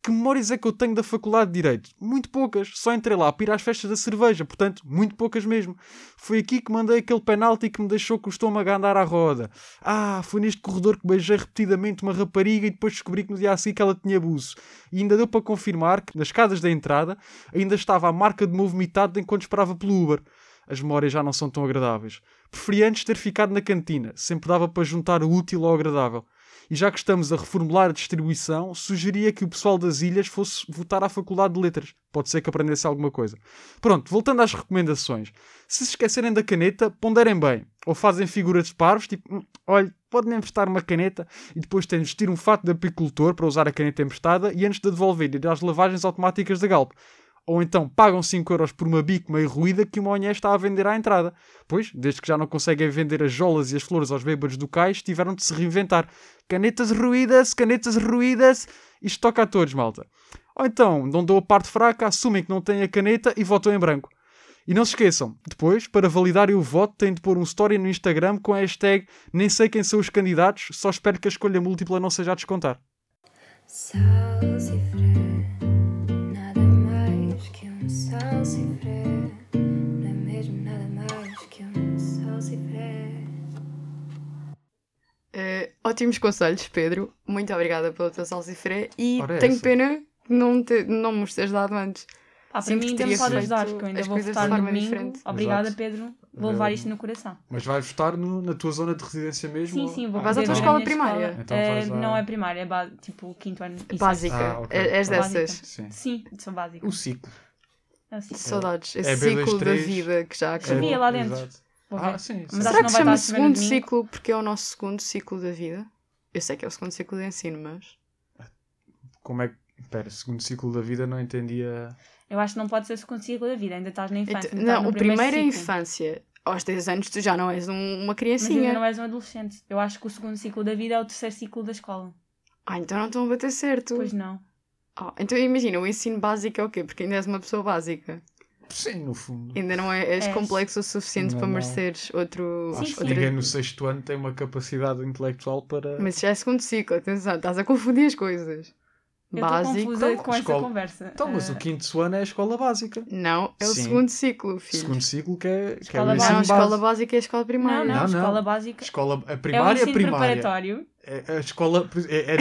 [SPEAKER 1] Que memórias é que eu tenho da Faculdade de Direito? Muito poucas. Só entrei lá para ir às festas da cerveja, portanto, muito poucas mesmo. Foi aqui que mandei aquele penalti que me deixou com o estômago a andar à roda. Ah, foi neste corredor que beijei repetidamente uma rapariga e depois descobri que no dia a seguir que ela tinha abuso. E ainda deu para confirmar que, nas escadas da entrada, ainda estava a marca de meu vomitado enquanto esperava pelo Uber. As memórias já não são tão agradáveis. Preferi antes ter ficado na cantina. Sempre dava para juntar o útil ao agradável. E já que estamos a reformular a distribuição, sugeria que o pessoal das ilhas fosse votar à Faculdade de Letras. Pode ser que aprendesse alguma coisa. Pronto, voltando às recomendações. Se se esquecerem da caneta, ponderem bem. Ou fazem figuras de parvos, tipo, "Hum, olha, pode-me emprestar uma caneta e depois têm de vestir um fato de apicultor para usar a caneta emprestada e antes de a devolver ir às lavagens automáticas da Galp. Ou então pagam 5€ euros por uma bico meio ruída que uma ONE está a vender à entrada. Pois, desde que já não conseguem vender as jolas e as flores aos bêbados do cais, tiveram de se reinventar. Canetas ruídas, canetas ruídas. Isto toca a todos, malta. Ou então, não dão a parte fraca, assumem que não têm a caneta e votam em branco. E não se esqueçam, depois, para validarem o voto, têm de pôr um story no Instagram com a hashtag nem sei quem são os candidatos, só espero que a escolha múltipla não seja a descontar.
[SPEAKER 6] Salsifré, nada mais que um salsifré. Não é mesmo nada mais que um salsifré.
[SPEAKER 2] Eh, ótimos conselhos, Pedro. Muito obrigada pelo teu salsifré e
[SPEAKER 1] Ora, é
[SPEAKER 2] tenho
[SPEAKER 1] essa.
[SPEAKER 2] pena que não, te, não me os teres dado antes.
[SPEAKER 3] Pá, Ah, para
[SPEAKER 2] Sempre
[SPEAKER 3] mim
[SPEAKER 2] teria
[SPEAKER 3] ainda me pode
[SPEAKER 2] feito
[SPEAKER 3] ajudar, que eu ainda
[SPEAKER 2] as
[SPEAKER 3] vou
[SPEAKER 2] coisas de
[SPEAKER 3] votar no
[SPEAKER 2] forma
[SPEAKER 3] domingo.
[SPEAKER 2] diferente.
[SPEAKER 3] Obrigada,
[SPEAKER 1] Exato.
[SPEAKER 3] Pedro. Vou
[SPEAKER 1] Eu-
[SPEAKER 3] levar isto no coração.
[SPEAKER 1] Mas vai votar no- na tua zona de residência mesmo?
[SPEAKER 3] Sim,
[SPEAKER 1] ou- Ah.
[SPEAKER 3] sim, vou
[SPEAKER 2] Vais à
[SPEAKER 3] poder
[SPEAKER 2] tua
[SPEAKER 3] ver a
[SPEAKER 2] escola
[SPEAKER 3] minha
[SPEAKER 2] primária?
[SPEAKER 1] Então
[SPEAKER 3] Eh,
[SPEAKER 1] vais à-
[SPEAKER 3] Não é primária, é ba- tipo quinto ano. e
[SPEAKER 2] Básica.
[SPEAKER 1] Ah, ok.
[SPEAKER 2] É- És
[SPEAKER 1] Básica.
[SPEAKER 2] dessas.
[SPEAKER 3] sexto.
[SPEAKER 1] Sim.
[SPEAKER 3] Sim, sou básica.
[SPEAKER 1] O ciclo.
[SPEAKER 3] É o sexto.
[SPEAKER 2] Saudades. Esse
[SPEAKER 1] É B23.
[SPEAKER 2] ciclo da vida que
[SPEAKER 1] É.
[SPEAKER 2] já
[SPEAKER 3] Sim.
[SPEAKER 2] acabou.
[SPEAKER 3] Havia lá dentro.
[SPEAKER 1] Exato.
[SPEAKER 3] Vou
[SPEAKER 1] Ah,
[SPEAKER 3] ver.
[SPEAKER 1] sim. sim.
[SPEAKER 3] Mas acho
[SPEAKER 2] Será
[SPEAKER 3] que
[SPEAKER 2] que
[SPEAKER 3] não
[SPEAKER 2] se chama
[SPEAKER 3] vai estar a semana
[SPEAKER 2] segundo
[SPEAKER 3] de mim.
[SPEAKER 2] ciclo porque é o nosso segundo ciclo da vida? Eu sei que é o segundo ciclo de ensino, mas.
[SPEAKER 1] Como é que. Espera, segundo ciclo da vida não entendia.
[SPEAKER 3] Eu acho que não pode ser segundo ciclo da vida, ainda estás na infância.
[SPEAKER 2] Então-
[SPEAKER 3] ainda estás
[SPEAKER 2] não,
[SPEAKER 3] no
[SPEAKER 2] o primeiro é
[SPEAKER 3] ciclo.
[SPEAKER 2] infância. Aos 10 anos tu já não és um- uma
[SPEAKER 3] Mas ainda
[SPEAKER 2] criancinha.
[SPEAKER 3] não és um adolescente. Eu acho que o segundo ciclo da vida é o terceiro ciclo da escola.
[SPEAKER 2] Ah, então não estão a bater certo.
[SPEAKER 3] Pois não.
[SPEAKER 2] Ah, então imagina, o ensino básico é o quê? Porque ainda és uma pessoa básica.
[SPEAKER 1] Sim, no fundo.
[SPEAKER 2] Ainda não é- és
[SPEAKER 3] És.
[SPEAKER 2] complexo o suficiente
[SPEAKER 1] Ainda
[SPEAKER 2] para
[SPEAKER 1] não.
[SPEAKER 2] mereceres outro.
[SPEAKER 1] Acho
[SPEAKER 3] Sim,
[SPEAKER 1] que
[SPEAKER 3] sim.
[SPEAKER 1] ninguém no sexto ano tem uma capacidade intelectual para.
[SPEAKER 2] Mas já é segundo ciclo, atenção, estás a confundir as coisas.
[SPEAKER 3] Eu estou
[SPEAKER 2] básico.
[SPEAKER 3] confusa com essa
[SPEAKER 1] escola.
[SPEAKER 3] conversa.
[SPEAKER 1] Então, mas
[SPEAKER 3] Eh,
[SPEAKER 1] o quinto ano é a escola básica.
[SPEAKER 2] Não, é o
[SPEAKER 1] Sim.
[SPEAKER 2] segundo ciclo, filho.
[SPEAKER 1] Segundo ciclo que é, que é o
[SPEAKER 3] Escola básica.
[SPEAKER 1] ensino
[SPEAKER 2] Não, a
[SPEAKER 1] básico.
[SPEAKER 2] escola básica é a escola
[SPEAKER 3] Não,
[SPEAKER 2] primária.
[SPEAKER 3] não,
[SPEAKER 1] Não, não.
[SPEAKER 3] escola básica.
[SPEAKER 1] Escola, a
[SPEAKER 3] é o
[SPEAKER 1] primária,
[SPEAKER 3] ensino
[SPEAKER 1] primária.
[SPEAKER 3] preparatório.
[SPEAKER 1] É- A escola. é-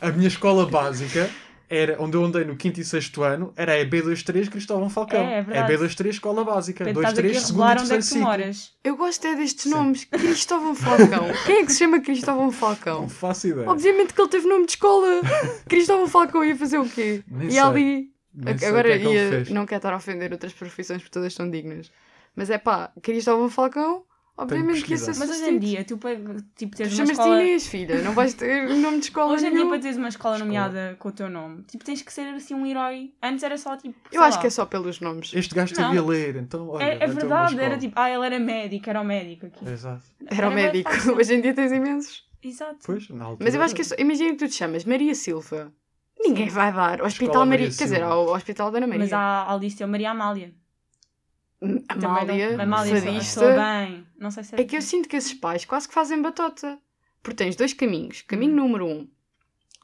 [SPEAKER 1] é- a minha escola básica, era onde eu andei no quinto e sexto ano, era a B23 Cristóvão Falcão.
[SPEAKER 3] É, é verdade.
[SPEAKER 1] B23 escola básica.
[SPEAKER 3] Pedro,
[SPEAKER 1] dois
[SPEAKER 3] estás aqui
[SPEAKER 1] três
[SPEAKER 3] a
[SPEAKER 1] segundo e
[SPEAKER 3] revelar onde é que
[SPEAKER 1] terceiro
[SPEAKER 3] tu
[SPEAKER 1] ciclo.
[SPEAKER 3] moras.
[SPEAKER 2] Eu gosto é destes
[SPEAKER 1] Sim.
[SPEAKER 2] nomes. Cristóvão Falcão. Quem é que se chama Cristóvão
[SPEAKER 1] Não
[SPEAKER 2] Falcão?
[SPEAKER 1] faço ideia.
[SPEAKER 2] Obviamente que ele teve nome de escola. Cristóvão Falcão ia fazer o quê?
[SPEAKER 1] Nem
[SPEAKER 2] e
[SPEAKER 1] sei.
[SPEAKER 2] ali.
[SPEAKER 1] Nem sei o
[SPEAKER 2] Agora
[SPEAKER 1] que é que ele
[SPEAKER 2] ia-
[SPEAKER 1] fez.
[SPEAKER 2] não quero estar a ofender outras profissões porque todas são dignas. Mas é pá, Cristóvão Falcão, obviamente que ia ser
[SPEAKER 1] pesquisar.
[SPEAKER 3] Mas hoje em
[SPEAKER 2] substituto.
[SPEAKER 3] dia, tu para tipo,
[SPEAKER 2] Tu
[SPEAKER 3] teres uma
[SPEAKER 2] chamas-te
[SPEAKER 3] escola...
[SPEAKER 2] Inês, filha. Não vais ter um nome de escola
[SPEAKER 3] Hoje em dia,
[SPEAKER 2] nenhum.
[SPEAKER 3] para teres uma escola
[SPEAKER 1] Escola.
[SPEAKER 3] nomeada com o teu nome, tipo, tens que ser assim um herói. Antes era só tipo. sei
[SPEAKER 2] Eu acho
[SPEAKER 3] lá,
[SPEAKER 2] que é só pelos nomes.
[SPEAKER 1] Este gajo teve a
[SPEAKER 3] Não.
[SPEAKER 1] ler, então. Olha,
[SPEAKER 3] É, é
[SPEAKER 1] vai ter uma
[SPEAKER 3] verdade,
[SPEAKER 1] escola. É,
[SPEAKER 3] era tipo, ah, ele era médico, era o médico aqui.
[SPEAKER 1] Exato.
[SPEAKER 2] Era o
[SPEAKER 3] bem
[SPEAKER 2] médico.
[SPEAKER 3] fácil.
[SPEAKER 2] Hoje em dia tens imensos.
[SPEAKER 3] Exato.
[SPEAKER 1] É. Pois, na altura.
[SPEAKER 2] Mas eu acho que é só... Imagina que tu te chamas Maria Silva. Ninguém vai dar. Hospital
[SPEAKER 1] Escola
[SPEAKER 2] Maria...
[SPEAKER 1] Maria
[SPEAKER 2] Quer dizer,
[SPEAKER 1] Silva.
[SPEAKER 2] ao ao Hospital da Ana Maria.
[SPEAKER 3] Mas há a lista, é o Maria Amália.
[SPEAKER 2] Amália,
[SPEAKER 3] Também não- Amália, sou-
[SPEAKER 2] sadista.
[SPEAKER 3] sou bem. Não sei se assim.
[SPEAKER 2] É que eu sinto que esses pais quase que fazem batota. Porque tens dois caminhos.
[SPEAKER 3] Hum.
[SPEAKER 2] Caminho número um.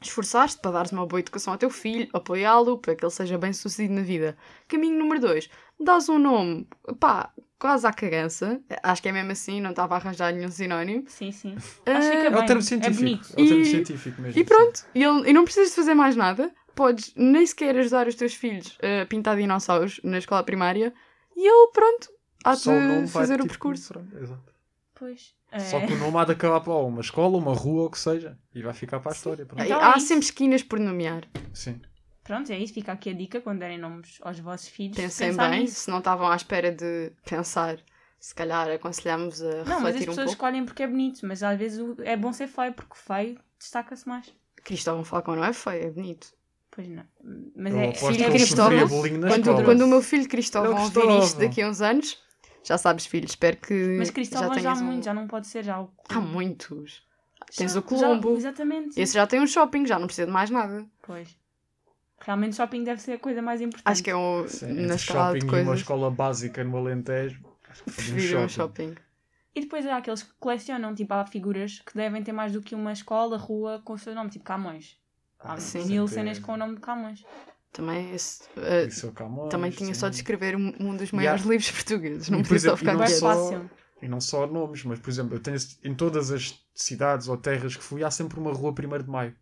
[SPEAKER 2] Esforçar-te para dares uma boa educação ao teu filho, apoiá-lo para que ele seja bem sucedido na vida. Caminho número dois. Dás um nome, pá, quase à cagança. Acho que é mesmo assim, não estava a arranjar nenhum sinónimo.
[SPEAKER 3] Sim, sim. Acho que
[SPEAKER 2] Ah,
[SPEAKER 1] É o
[SPEAKER 3] bem,
[SPEAKER 1] termo
[SPEAKER 3] é
[SPEAKER 1] científico.
[SPEAKER 3] bonito.
[SPEAKER 1] É, o termo
[SPEAKER 2] E-
[SPEAKER 1] científico mesmo.
[SPEAKER 2] E pronto, e, Ah, ele- e não precisas de fazer mais nada. Podes nem sequer ajudar os teus filhos a pintar dinossauros na escola primária. E ele, pronto, há
[SPEAKER 1] Só o nome
[SPEAKER 2] de
[SPEAKER 1] vai,
[SPEAKER 2] fazer o
[SPEAKER 1] tipo,
[SPEAKER 2] percurso.
[SPEAKER 1] pronto, exato.
[SPEAKER 3] Pois. É.
[SPEAKER 1] Só que o nome há de acabar para uma escola, uma rua, ou o que seja. E vai ficar para a história. Pronto.
[SPEAKER 3] Então é
[SPEAKER 2] há
[SPEAKER 3] isso.
[SPEAKER 2] sempre esquinas por nomear.
[SPEAKER 1] Sim.
[SPEAKER 3] Pronto, é isso. Fica aqui a dica quando derem nomes aos vossos filhos.
[SPEAKER 2] Pensem
[SPEAKER 3] pensar
[SPEAKER 2] bem,
[SPEAKER 3] nisso.
[SPEAKER 2] se não estavam à espera de pensar, se calhar aconselhámos a
[SPEAKER 3] Não, mas as
[SPEAKER 2] refletir um
[SPEAKER 3] pessoas
[SPEAKER 2] pouco.
[SPEAKER 3] escolhem porque é bonito, mas às vezes o- é bom ser feio, porque feio destaca-se mais.
[SPEAKER 2] Cristóvão Falcão não é feio, é bonito.
[SPEAKER 3] Pois não. Mas
[SPEAKER 1] eu
[SPEAKER 3] é,
[SPEAKER 1] aposto
[SPEAKER 2] sim,
[SPEAKER 1] que
[SPEAKER 3] é
[SPEAKER 1] ele sofria
[SPEAKER 2] Cristóvão,
[SPEAKER 1] bullying na
[SPEAKER 2] Quando,
[SPEAKER 1] escola.
[SPEAKER 2] quando o meu filho Cristóvão
[SPEAKER 1] Não,
[SPEAKER 2] ouvir
[SPEAKER 1] Cristóvão.
[SPEAKER 2] isto daqui a uns anos, já sabes, filho, espero que.
[SPEAKER 3] Mas Cristóvão já, há
[SPEAKER 2] tenhas um-
[SPEAKER 3] muito, já não pode ser já o.
[SPEAKER 2] Há muitos. Tens
[SPEAKER 3] Já-
[SPEAKER 2] o Colombo.
[SPEAKER 3] já- exatamente.
[SPEAKER 2] Esse já tem um shopping, já não precisa de mais nada.
[SPEAKER 3] Pois. Realmente shopping deve ser a coisa mais importante.
[SPEAKER 2] Acho que é um,
[SPEAKER 1] Sim,
[SPEAKER 2] na
[SPEAKER 1] entre
[SPEAKER 2] escala
[SPEAKER 1] shopping
[SPEAKER 2] de
[SPEAKER 1] e uma
[SPEAKER 2] coisas.
[SPEAKER 1] escola básica no Alentejo. Acho que fazemos
[SPEAKER 2] Prefiro um
[SPEAKER 1] shopping.
[SPEAKER 2] shopping.
[SPEAKER 3] E depois há aqueles que colecionam, tipo, há figuras que devem ter mais do que uma escola, rua com o seu nome, tipo Camões. Há
[SPEAKER 1] Ah,
[SPEAKER 2] sim.
[SPEAKER 3] mil
[SPEAKER 1] certeza.
[SPEAKER 3] cenas com o nome de Camões.
[SPEAKER 2] Também, esse, eh,
[SPEAKER 1] Isso é o Camões,
[SPEAKER 2] também tinha só de
[SPEAKER 1] sim.
[SPEAKER 2] escrever um, um dos maiores
[SPEAKER 1] há-
[SPEAKER 2] livros portugueses. Não
[SPEAKER 1] e, por
[SPEAKER 2] podia só
[SPEAKER 1] exemplo, e
[SPEAKER 2] ficar
[SPEAKER 1] não
[SPEAKER 3] Não é
[SPEAKER 1] só-
[SPEAKER 2] quieto.
[SPEAKER 3] fácil.
[SPEAKER 1] E não só nomes, mas por exemplo, eu tenho em todas as cidades ou terras que fui, há sempre uma rua 1 de Maio.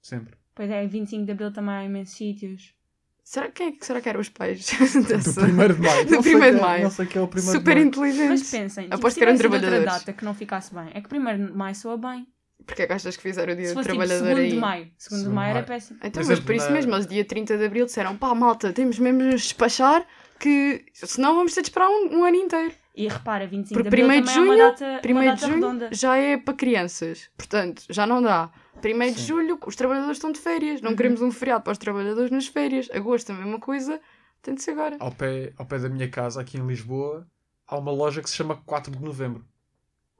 [SPEAKER 1] Sempre.
[SPEAKER 3] Pois é, 25 de Abril também há imensos sítios.
[SPEAKER 2] Será, quem é que será que eram os pais
[SPEAKER 1] Do
[SPEAKER 2] dessa?
[SPEAKER 1] 1 de Maio.
[SPEAKER 2] Do
[SPEAKER 1] Não sei
[SPEAKER 2] 1º de
[SPEAKER 1] que é-
[SPEAKER 2] Maio.
[SPEAKER 1] Não sei que é o 1 de Maio.
[SPEAKER 2] Super inteligentes.
[SPEAKER 3] Mas pensem, tipo,
[SPEAKER 2] Aposto
[SPEAKER 3] se
[SPEAKER 2] que eram
[SPEAKER 3] tivesse sido outra
[SPEAKER 2] um trabalhadores.
[SPEAKER 3] data que não ficasse bem, é que primeiro de maio soa bem.
[SPEAKER 2] Porque é que achas que fizeram o dia
[SPEAKER 3] Se
[SPEAKER 2] do
[SPEAKER 3] fosse tipo 2
[SPEAKER 2] trabalhador
[SPEAKER 3] de
[SPEAKER 2] aí?
[SPEAKER 3] maio. 2 de
[SPEAKER 1] Segundo
[SPEAKER 3] maio era
[SPEAKER 1] maio.
[SPEAKER 3] péssimo.
[SPEAKER 2] Então,
[SPEAKER 1] Mas
[SPEAKER 2] mas,
[SPEAKER 1] é
[SPEAKER 2] por isso
[SPEAKER 1] verdade.
[SPEAKER 2] mesmo, eles dia 30 de Abril disseram, pá, malta, temos mesmo de nos despachar que senão vamos ter de esperar um, um ano inteiro.
[SPEAKER 3] E repara, 25
[SPEAKER 2] Porque
[SPEAKER 3] de abril também
[SPEAKER 2] 1º de
[SPEAKER 3] é uma
[SPEAKER 2] junho,
[SPEAKER 3] data, uma
[SPEAKER 2] 1
[SPEAKER 3] data
[SPEAKER 2] de junho
[SPEAKER 3] redonda.
[SPEAKER 2] já é para crianças, portanto, já não dá. 1 de
[SPEAKER 1] Sim.
[SPEAKER 2] julho, os trabalhadores estão de férias,
[SPEAKER 3] Uhum.
[SPEAKER 2] não queremos um feriado para os trabalhadores nas férias. Agosto, a mesma coisa, tem de ser agora.
[SPEAKER 1] Ao pé, ao pé da minha casa, aqui em Lisboa, há uma loja que se chama 4 de Novembro.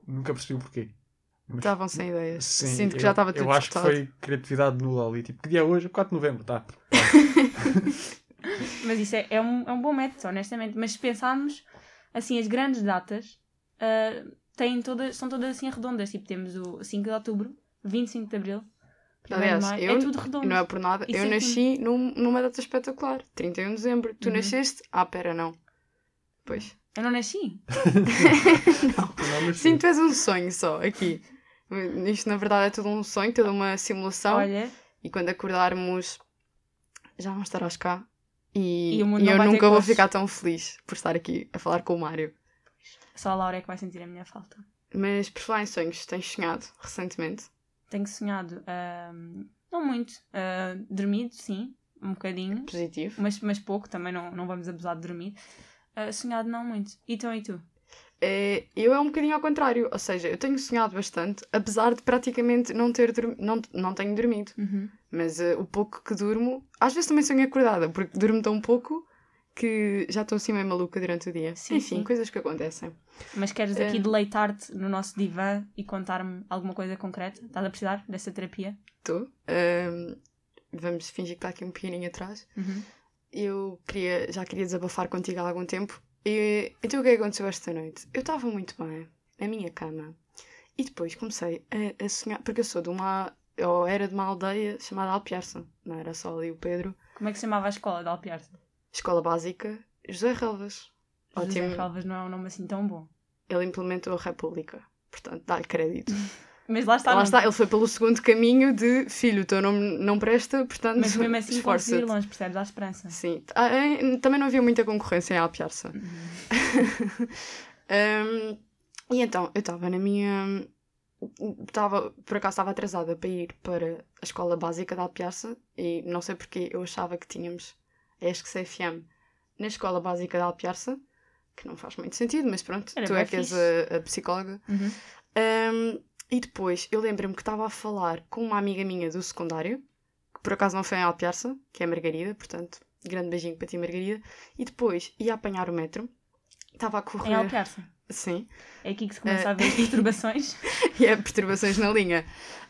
[SPEAKER 1] Nunca percebi o porquê. Mas-
[SPEAKER 2] Estavam sem ideias.
[SPEAKER 1] É, Sim,
[SPEAKER 2] Sinto que
[SPEAKER 1] eu-
[SPEAKER 2] já estava tudo
[SPEAKER 1] Eu acho que
[SPEAKER 2] esgotado.
[SPEAKER 1] foi criatividade nula ali. Tipo, que dia é hoje? 4 de Novembro, tá.
[SPEAKER 3] Mas isso é, é um, é um bom método, honestamente. Mas se pensarmos, assim, as grandes datas ah, têm todas, são todas assim redondas. Tipo, temos o 5 de outubro, 25 de abril, 1
[SPEAKER 2] Aliás,
[SPEAKER 3] de maio.
[SPEAKER 2] eu-
[SPEAKER 3] é tudo redondo.
[SPEAKER 2] Não é por nada.
[SPEAKER 3] Isso
[SPEAKER 2] eu
[SPEAKER 3] é que-
[SPEAKER 2] nasci num- numa data espetacular, 31 de dezembro. Tu
[SPEAKER 3] Uhum.
[SPEAKER 2] nasceste? Ah, pera, não. Pois.
[SPEAKER 3] Eu não nasci.
[SPEAKER 1] Não, mas
[SPEAKER 2] Sim, tu és um sonho só, aqui. Isto, na verdade, é tudo um sonho, toda uma simulação.
[SPEAKER 3] Olha,
[SPEAKER 2] E quando acordarmos, já vão estar aos cá. E,
[SPEAKER 3] E o mundo
[SPEAKER 2] e
[SPEAKER 3] não
[SPEAKER 2] eu
[SPEAKER 3] vai ter
[SPEAKER 2] nunca vou
[SPEAKER 3] cores.
[SPEAKER 2] ficar tão feliz por estar aqui a falar com o Mário.
[SPEAKER 3] só a Laura é que vai sentir a minha falta.
[SPEAKER 2] Mas, por falar em sonhos, tens sonhado recentemente?
[SPEAKER 3] Tenho sonhado, ah, não muito. Ah, dormido, sim, um bocadinho.
[SPEAKER 2] Positivo.
[SPEAKER 3] Mas, mas pouco, também não, não vamos abusar de dormir. Ah, sonhado não muito. Então e tu?
[SPEAKER 2] É, eu é um bocadinho ao contrário, ou seja, eu tenho sonhado bastante, apesar de praticamente não ter dorm- não, não tenho dormido. Mas eh, o pouco que durmo, às vezes também sonho acordada, porque durmo tão pouco que já estou assim meio maluca durante o dia.
[SPEAKER 3] Sim,
[SPEAKER 2] Enfim,
[SPEAKER 3] sim.
[SPEAKER 2] coisas que acontecem.
[SPEAKER 3] Mas queres aqui
[SPEAKER 2] Ah.
[SPEAKER 3] deleitar-te no nosso divã e contar-me alguma coisa concreta? Estás a precisar dessa terapia?
[SPEAKER 2] Estou. Ahm, vamos fingir que está aqui um pequenininho atrás.
[SPEAKER 3] Uhum.
[SPEAKER 2] Eu queria, já queria desabafar contigo há algum tempo. E, então o que é que aconteceu esta noite? Eu estava muito bem, na minha cama. E depois comecei a, a sonhar, porque eu sou de uma, ou era de uma aldeia chamada Alpiarça. Não era só ali o Pedro.
[SPEAKER 3] Como é que se chamava a escola de Alpiarte?
[SPEAKER 2] Escola Básica, José Relvas.
[SPEAKER 3] José
[SPEAKER 2] Ótimo.
[SPEAKER 3] Calvas não é um nome assim tão bom.
[SPEAKER 2] Ele implementou a República. Portanto, dá-lhe crédito.
[SPEAKER 3] Mas lá está.
[SPEAKER 2] Lá
[SPEAKER 3] não-
[SPEAKER 2] está, ele foi pelo segundo caminho de filho, o teu nome não presta, portanto,
[SPEAKER 3] Mas mesmo assim conseguir
[SPEAKER 2] esforça-te.
[SPEAKER 3] longe, percebes? Há esperança.
[SPEAKER 2] Sim, Ah, em- também não havia muita concorrência em Alpiarça.
[SPEAKER 3] Uhum.
[SPEAKER 2] Hum, e então, eu estava na minha. Estava, por acaso estava atrasada para ir para a escola básica da Alpiarça e não sei porque eu achava que tínhamos a ESC-CFM na escola básica da Alpiarça, que não faz muito sentido, mas pronto,
[SPEAKER 3] Era
[SPEAKER 2] tu
[SPEAKER 3] bué
[SPEAKER 2] é que és
[SPEAKER 3] fixe.
[SPEAKER 2] a, a psicóloga.
[SPEAKER 3] Uhum.
[SPEAKER 2] Hum, e depois eu lembro-me que estava a falar com uma amiga minha do secundário, que por acaso não foi em Alpiarça, que é a Margarida, portanto, grande beijinho para ti, Margarida. E depois ia apanhar o metro, estava a correr.
[SPEAKER 3] Em Alpiarte.
[SPEAKER 2] Sim.
[SPEAKER 3] É aqui que se começa
[SPEAKER 2] Ah.
[SPEAKER 3] a ver as perturbações.
[SPEAKER 2] e há perturbações na linha.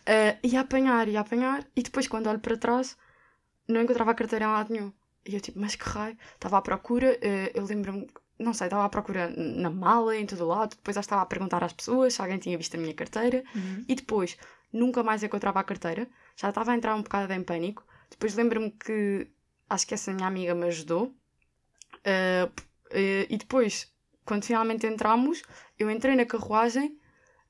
[SPEAKER 2] Ah, e a apanhar, e a apanhar, e depois quando olho para trás, não encontrava a carteira em lado nenhum. E eu tipo, mas que raio? Estava à procura, ah, eu lembro-me, não sei, estava à procura na mala, em todo lado, depois já estava a perguntar às pessoas se alguém tinha visto a minha carteira,
[SPEAKER 3] Uhum.
[SPEAKER 2] e depois nunca mais é encontrava a carteira, já estava a entrar um bocado em pânico. Depois lembro-me que acho que essa minha amiga me ajudou. Ah, p- eh, e depois, quando finalmente entramos, eu entrei na carruagem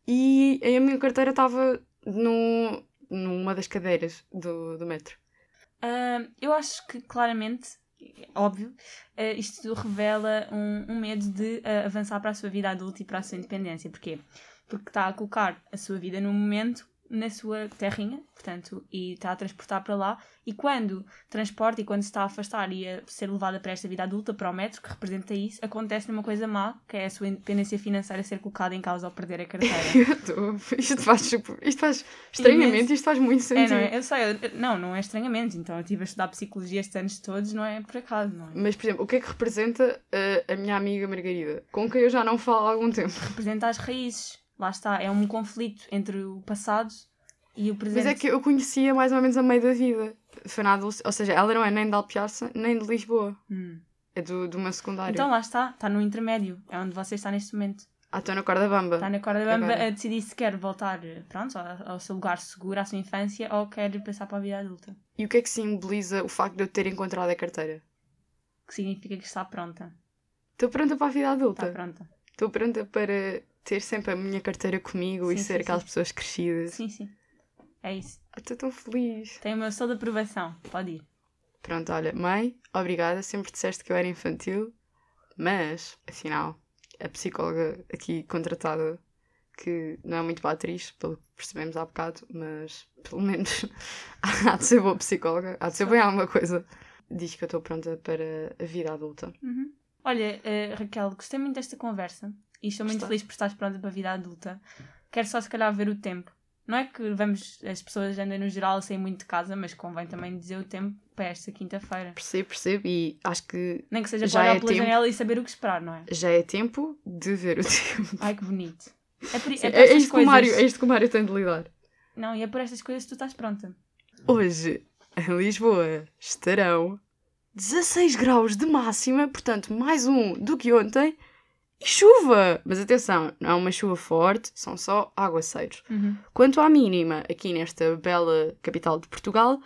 [SPEAKER 2] e a minha carteira estava no, numa das cadeiras do, do metro.
[SPEAKER 3] Ah, eu acho que claramente, óbvio, ah, isto revela um, um medo de ah, avançar para a sua vida adulta e para a sua independência. Porquê? Porque está a colocar a sua vida no momento na sua terrinha, portanto, e está a transportar para lá. E quando transporta e quando se está a afastar e a ser levada para esta vida adulta, para o metro, que representa isso, acontece uma coisa má, que é a sua independência financeira ser colocada em causa ao perder a carteira.
[SPEAKER 2] Eu tô- isto faz super- isto faz estranhamente, isto faz muito
[SPEAKER 3] É,
[SPEAKER 2] sentido.
[SPEAKER 3] não é? Eu sei, eu- não, não é estranhamente. Então, eu estive a estudar psicologia estes anos todos, não é por acaso, não é?
[SPEAKER 2] Mas, por exemplo, o que é que representa ah, a minha amiga Margarida, com quem eu já não falo há algum tempo?
[SPEAKER 3] representa as raízes. Lá está, é um conflito entre o passado e o presente.
[SPEAKER 2] Mas é que eu conhecia mais ou menos a meio da vida. Foi na adolescência. Ou seja, ela não é nem de Alpiarça, nem de Lisboa.
[SPEAKER 3] Hum.
[SPEAKER 2] É do, de uma secundária.
[SPEAKER 3] Então lá está, está no intermédio, é onde você está neste momento.
[SPEAKER 2] Ah, estou na corda bamba.
[SPEAKER 3] Está na corda bamba
[SPEAKER 2] Agora.
[SPEAKER 3] a decidir se quer voltar eh, pronto, ao, ao seu lugar seguro, à sua infância, ou quer passar para a vida adulta.
[SPEAKER 2] E o que é que simboliza o facto de eu ter encontrado a carteira?
[SPEAKER 3] Que significa que está pronta.
[SPEAKER 2] Estou pronta para a vida
[SPEAKER 3] Está
[SPEAKER 2] adulta.
[SPEAKER 3] Tá pronta.
[SPEAKER 2] Estou pronta para ter sempre a minha carteira comigo e
[SPEAKER 3] Sim,
[SPEAKER 2] ser
[SPEAKER 3] sim,
[SPEAKER 2] aquelas
[SPEAKER 3] sim.
[SPEAKER 2] pessoas crescidas.
[SPEAKER 3] Sim, sim. É isso.
[SPEAKER 2] Ah, Estou tão feliz.
[SPEAKER 3] Tem o meu selo de aprovação. Pode ir.
[SPEAKER 2] Pronto, olha, mãe, obrigada. Sempre disseste que eu era infantil, mas, afinal, a psicóloga aqui contratada que não é muito boa atriz, pelo que percebemos há bocado, mas pelo menos há de ser boa psicóloga, há de ser bem alguma coisa. Diz que eu estou pronta para a vida adulta.
[SPEAKER 3] Uhum. Olha, eh, Raquel, gostei muito desta conversa e estou muito
[SPEAKER 2] Gostaste?
[SPEAKER 3] feliz por estares pronta para a vida adulta. Quero só, se calhar, ver o tempo. Não é que vamos, as pessoas andam no geral a sair muito de casa, mas convém também dizer o tempo para esta quinta-feira.
[SPEAKER 2] Percebo, percebo, e acho que
[SPEAKER 3] Nem que seja
[SPEAKER 2] Já
[SPEAKER 3] para olhar
[SPEAKER 2] é
[SPEAKER 3] pela
[SPEAKER 2] tempo.
[SPEAKER 3] janela e saber o que esperar, não é?
[SPEAKER 2] já é tempo de ver o tempo.
[SPEAKER 3] Ai que bonito. É por, é
[SPEAKER 2] Sim,
[SPEAKER 3] por
[SPEAKER 2] é, é,
[SPEAKER 3] estas
[SPEAKER 2] isto que o Mário,
[SPEAKER 3] coisas-
[SPEAKER 2] é isto que o Mário tem de lidar.
[SPEAKER 3] Não, e é por estas coisas que tu estás pronta.
[SPEAKER 2] Hoje, em Lisboa, estarão 16 graus de máxima, portanto, mais um do que ontem, e chuva! Mas atenção, não é uma chuva forte, são só aguaceiros. Quanto à mínima, aqui nesta bela capital de Portugal,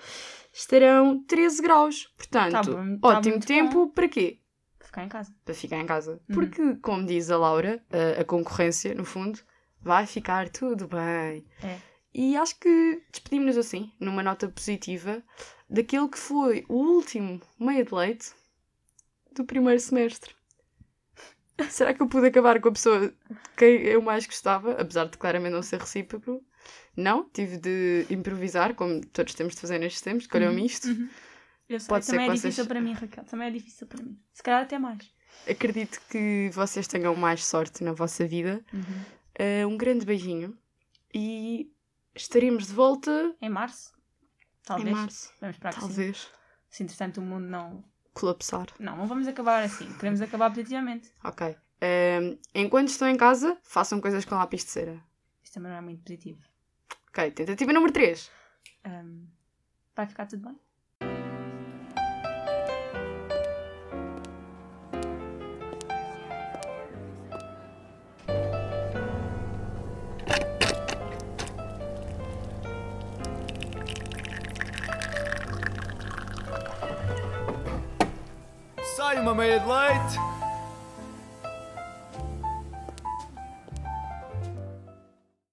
[SPEAKER 2] estarão 13 graus.
[SPEAKER 3] Tá
[SPEAKER 2] Portanto,
[SPEAKER 3] bom, tá
[SPEAKER 2] ótimo
[SPEAKER 3] muito
[SPEAKER 2] tempo para quê?
[SPEAKER 3] Ficar em casa.
[SPEAKER 2] Para ficar em casa.
[SPEAKER 3] Uhum.
[SPEAKER 2] Porque, como diz a Laura, a, a concorrência, no fundo, vai ficar tudo bem.
[SPEAKER 3] É.
[SPEAKER 2] E acho que despedimos-nos assim, numa nota positiva, daquele que foi o último meio de leite do primeiro semestre. Será que eu pude acabar com a pessoa de quem eu mais gostava, apesar de claramente não ser recíproco? Não, tive de improvisar, como todos temos de fazer nestes tempos, calhou-me isto.
[SPEAKER 3] Uhum. Eu sei,
[SPEAKER 2] Pode ser
[SPEAKER 3] também é
[SPEAKER 2] que vocês-
[SPEAKER 3] difícil para mim, Raquel. Também é difícil para mim. Se calhar até mais.
[SPEAKER 2] Acredito que vocês tenham mais sorte na vossa vida.
[SPEAKER 3] Uhum.
[SPEAKER 2] Eh, um grande beijinho e estaremos de volta
[SPEAKER 3] Em março? Talvez.
[SPEAKER 2] em março.
[SPEAKER 3] Vamos esperar que sim.
[SPEAKER 2] Talvez
[SPEAKER 3] Se entretanto o mundo não.
[SPEAKER 2] colapsar.
[SPEAKER 3] Não, não vamos acabar assim. Queremos acabar positivamente.
[SPEAKER 2] Ok. Eh, enquanto estão em casa, façam coisas com lápis de cera.
[SPEAKER 3] Isto também não é muito positivo.
[SPEAKER 2] Ok, tentativa número 3.
[SPEAKER 3] Ahm, vai ficar tudo bem?
[SPEAKER 7] Sai uma meia de leite.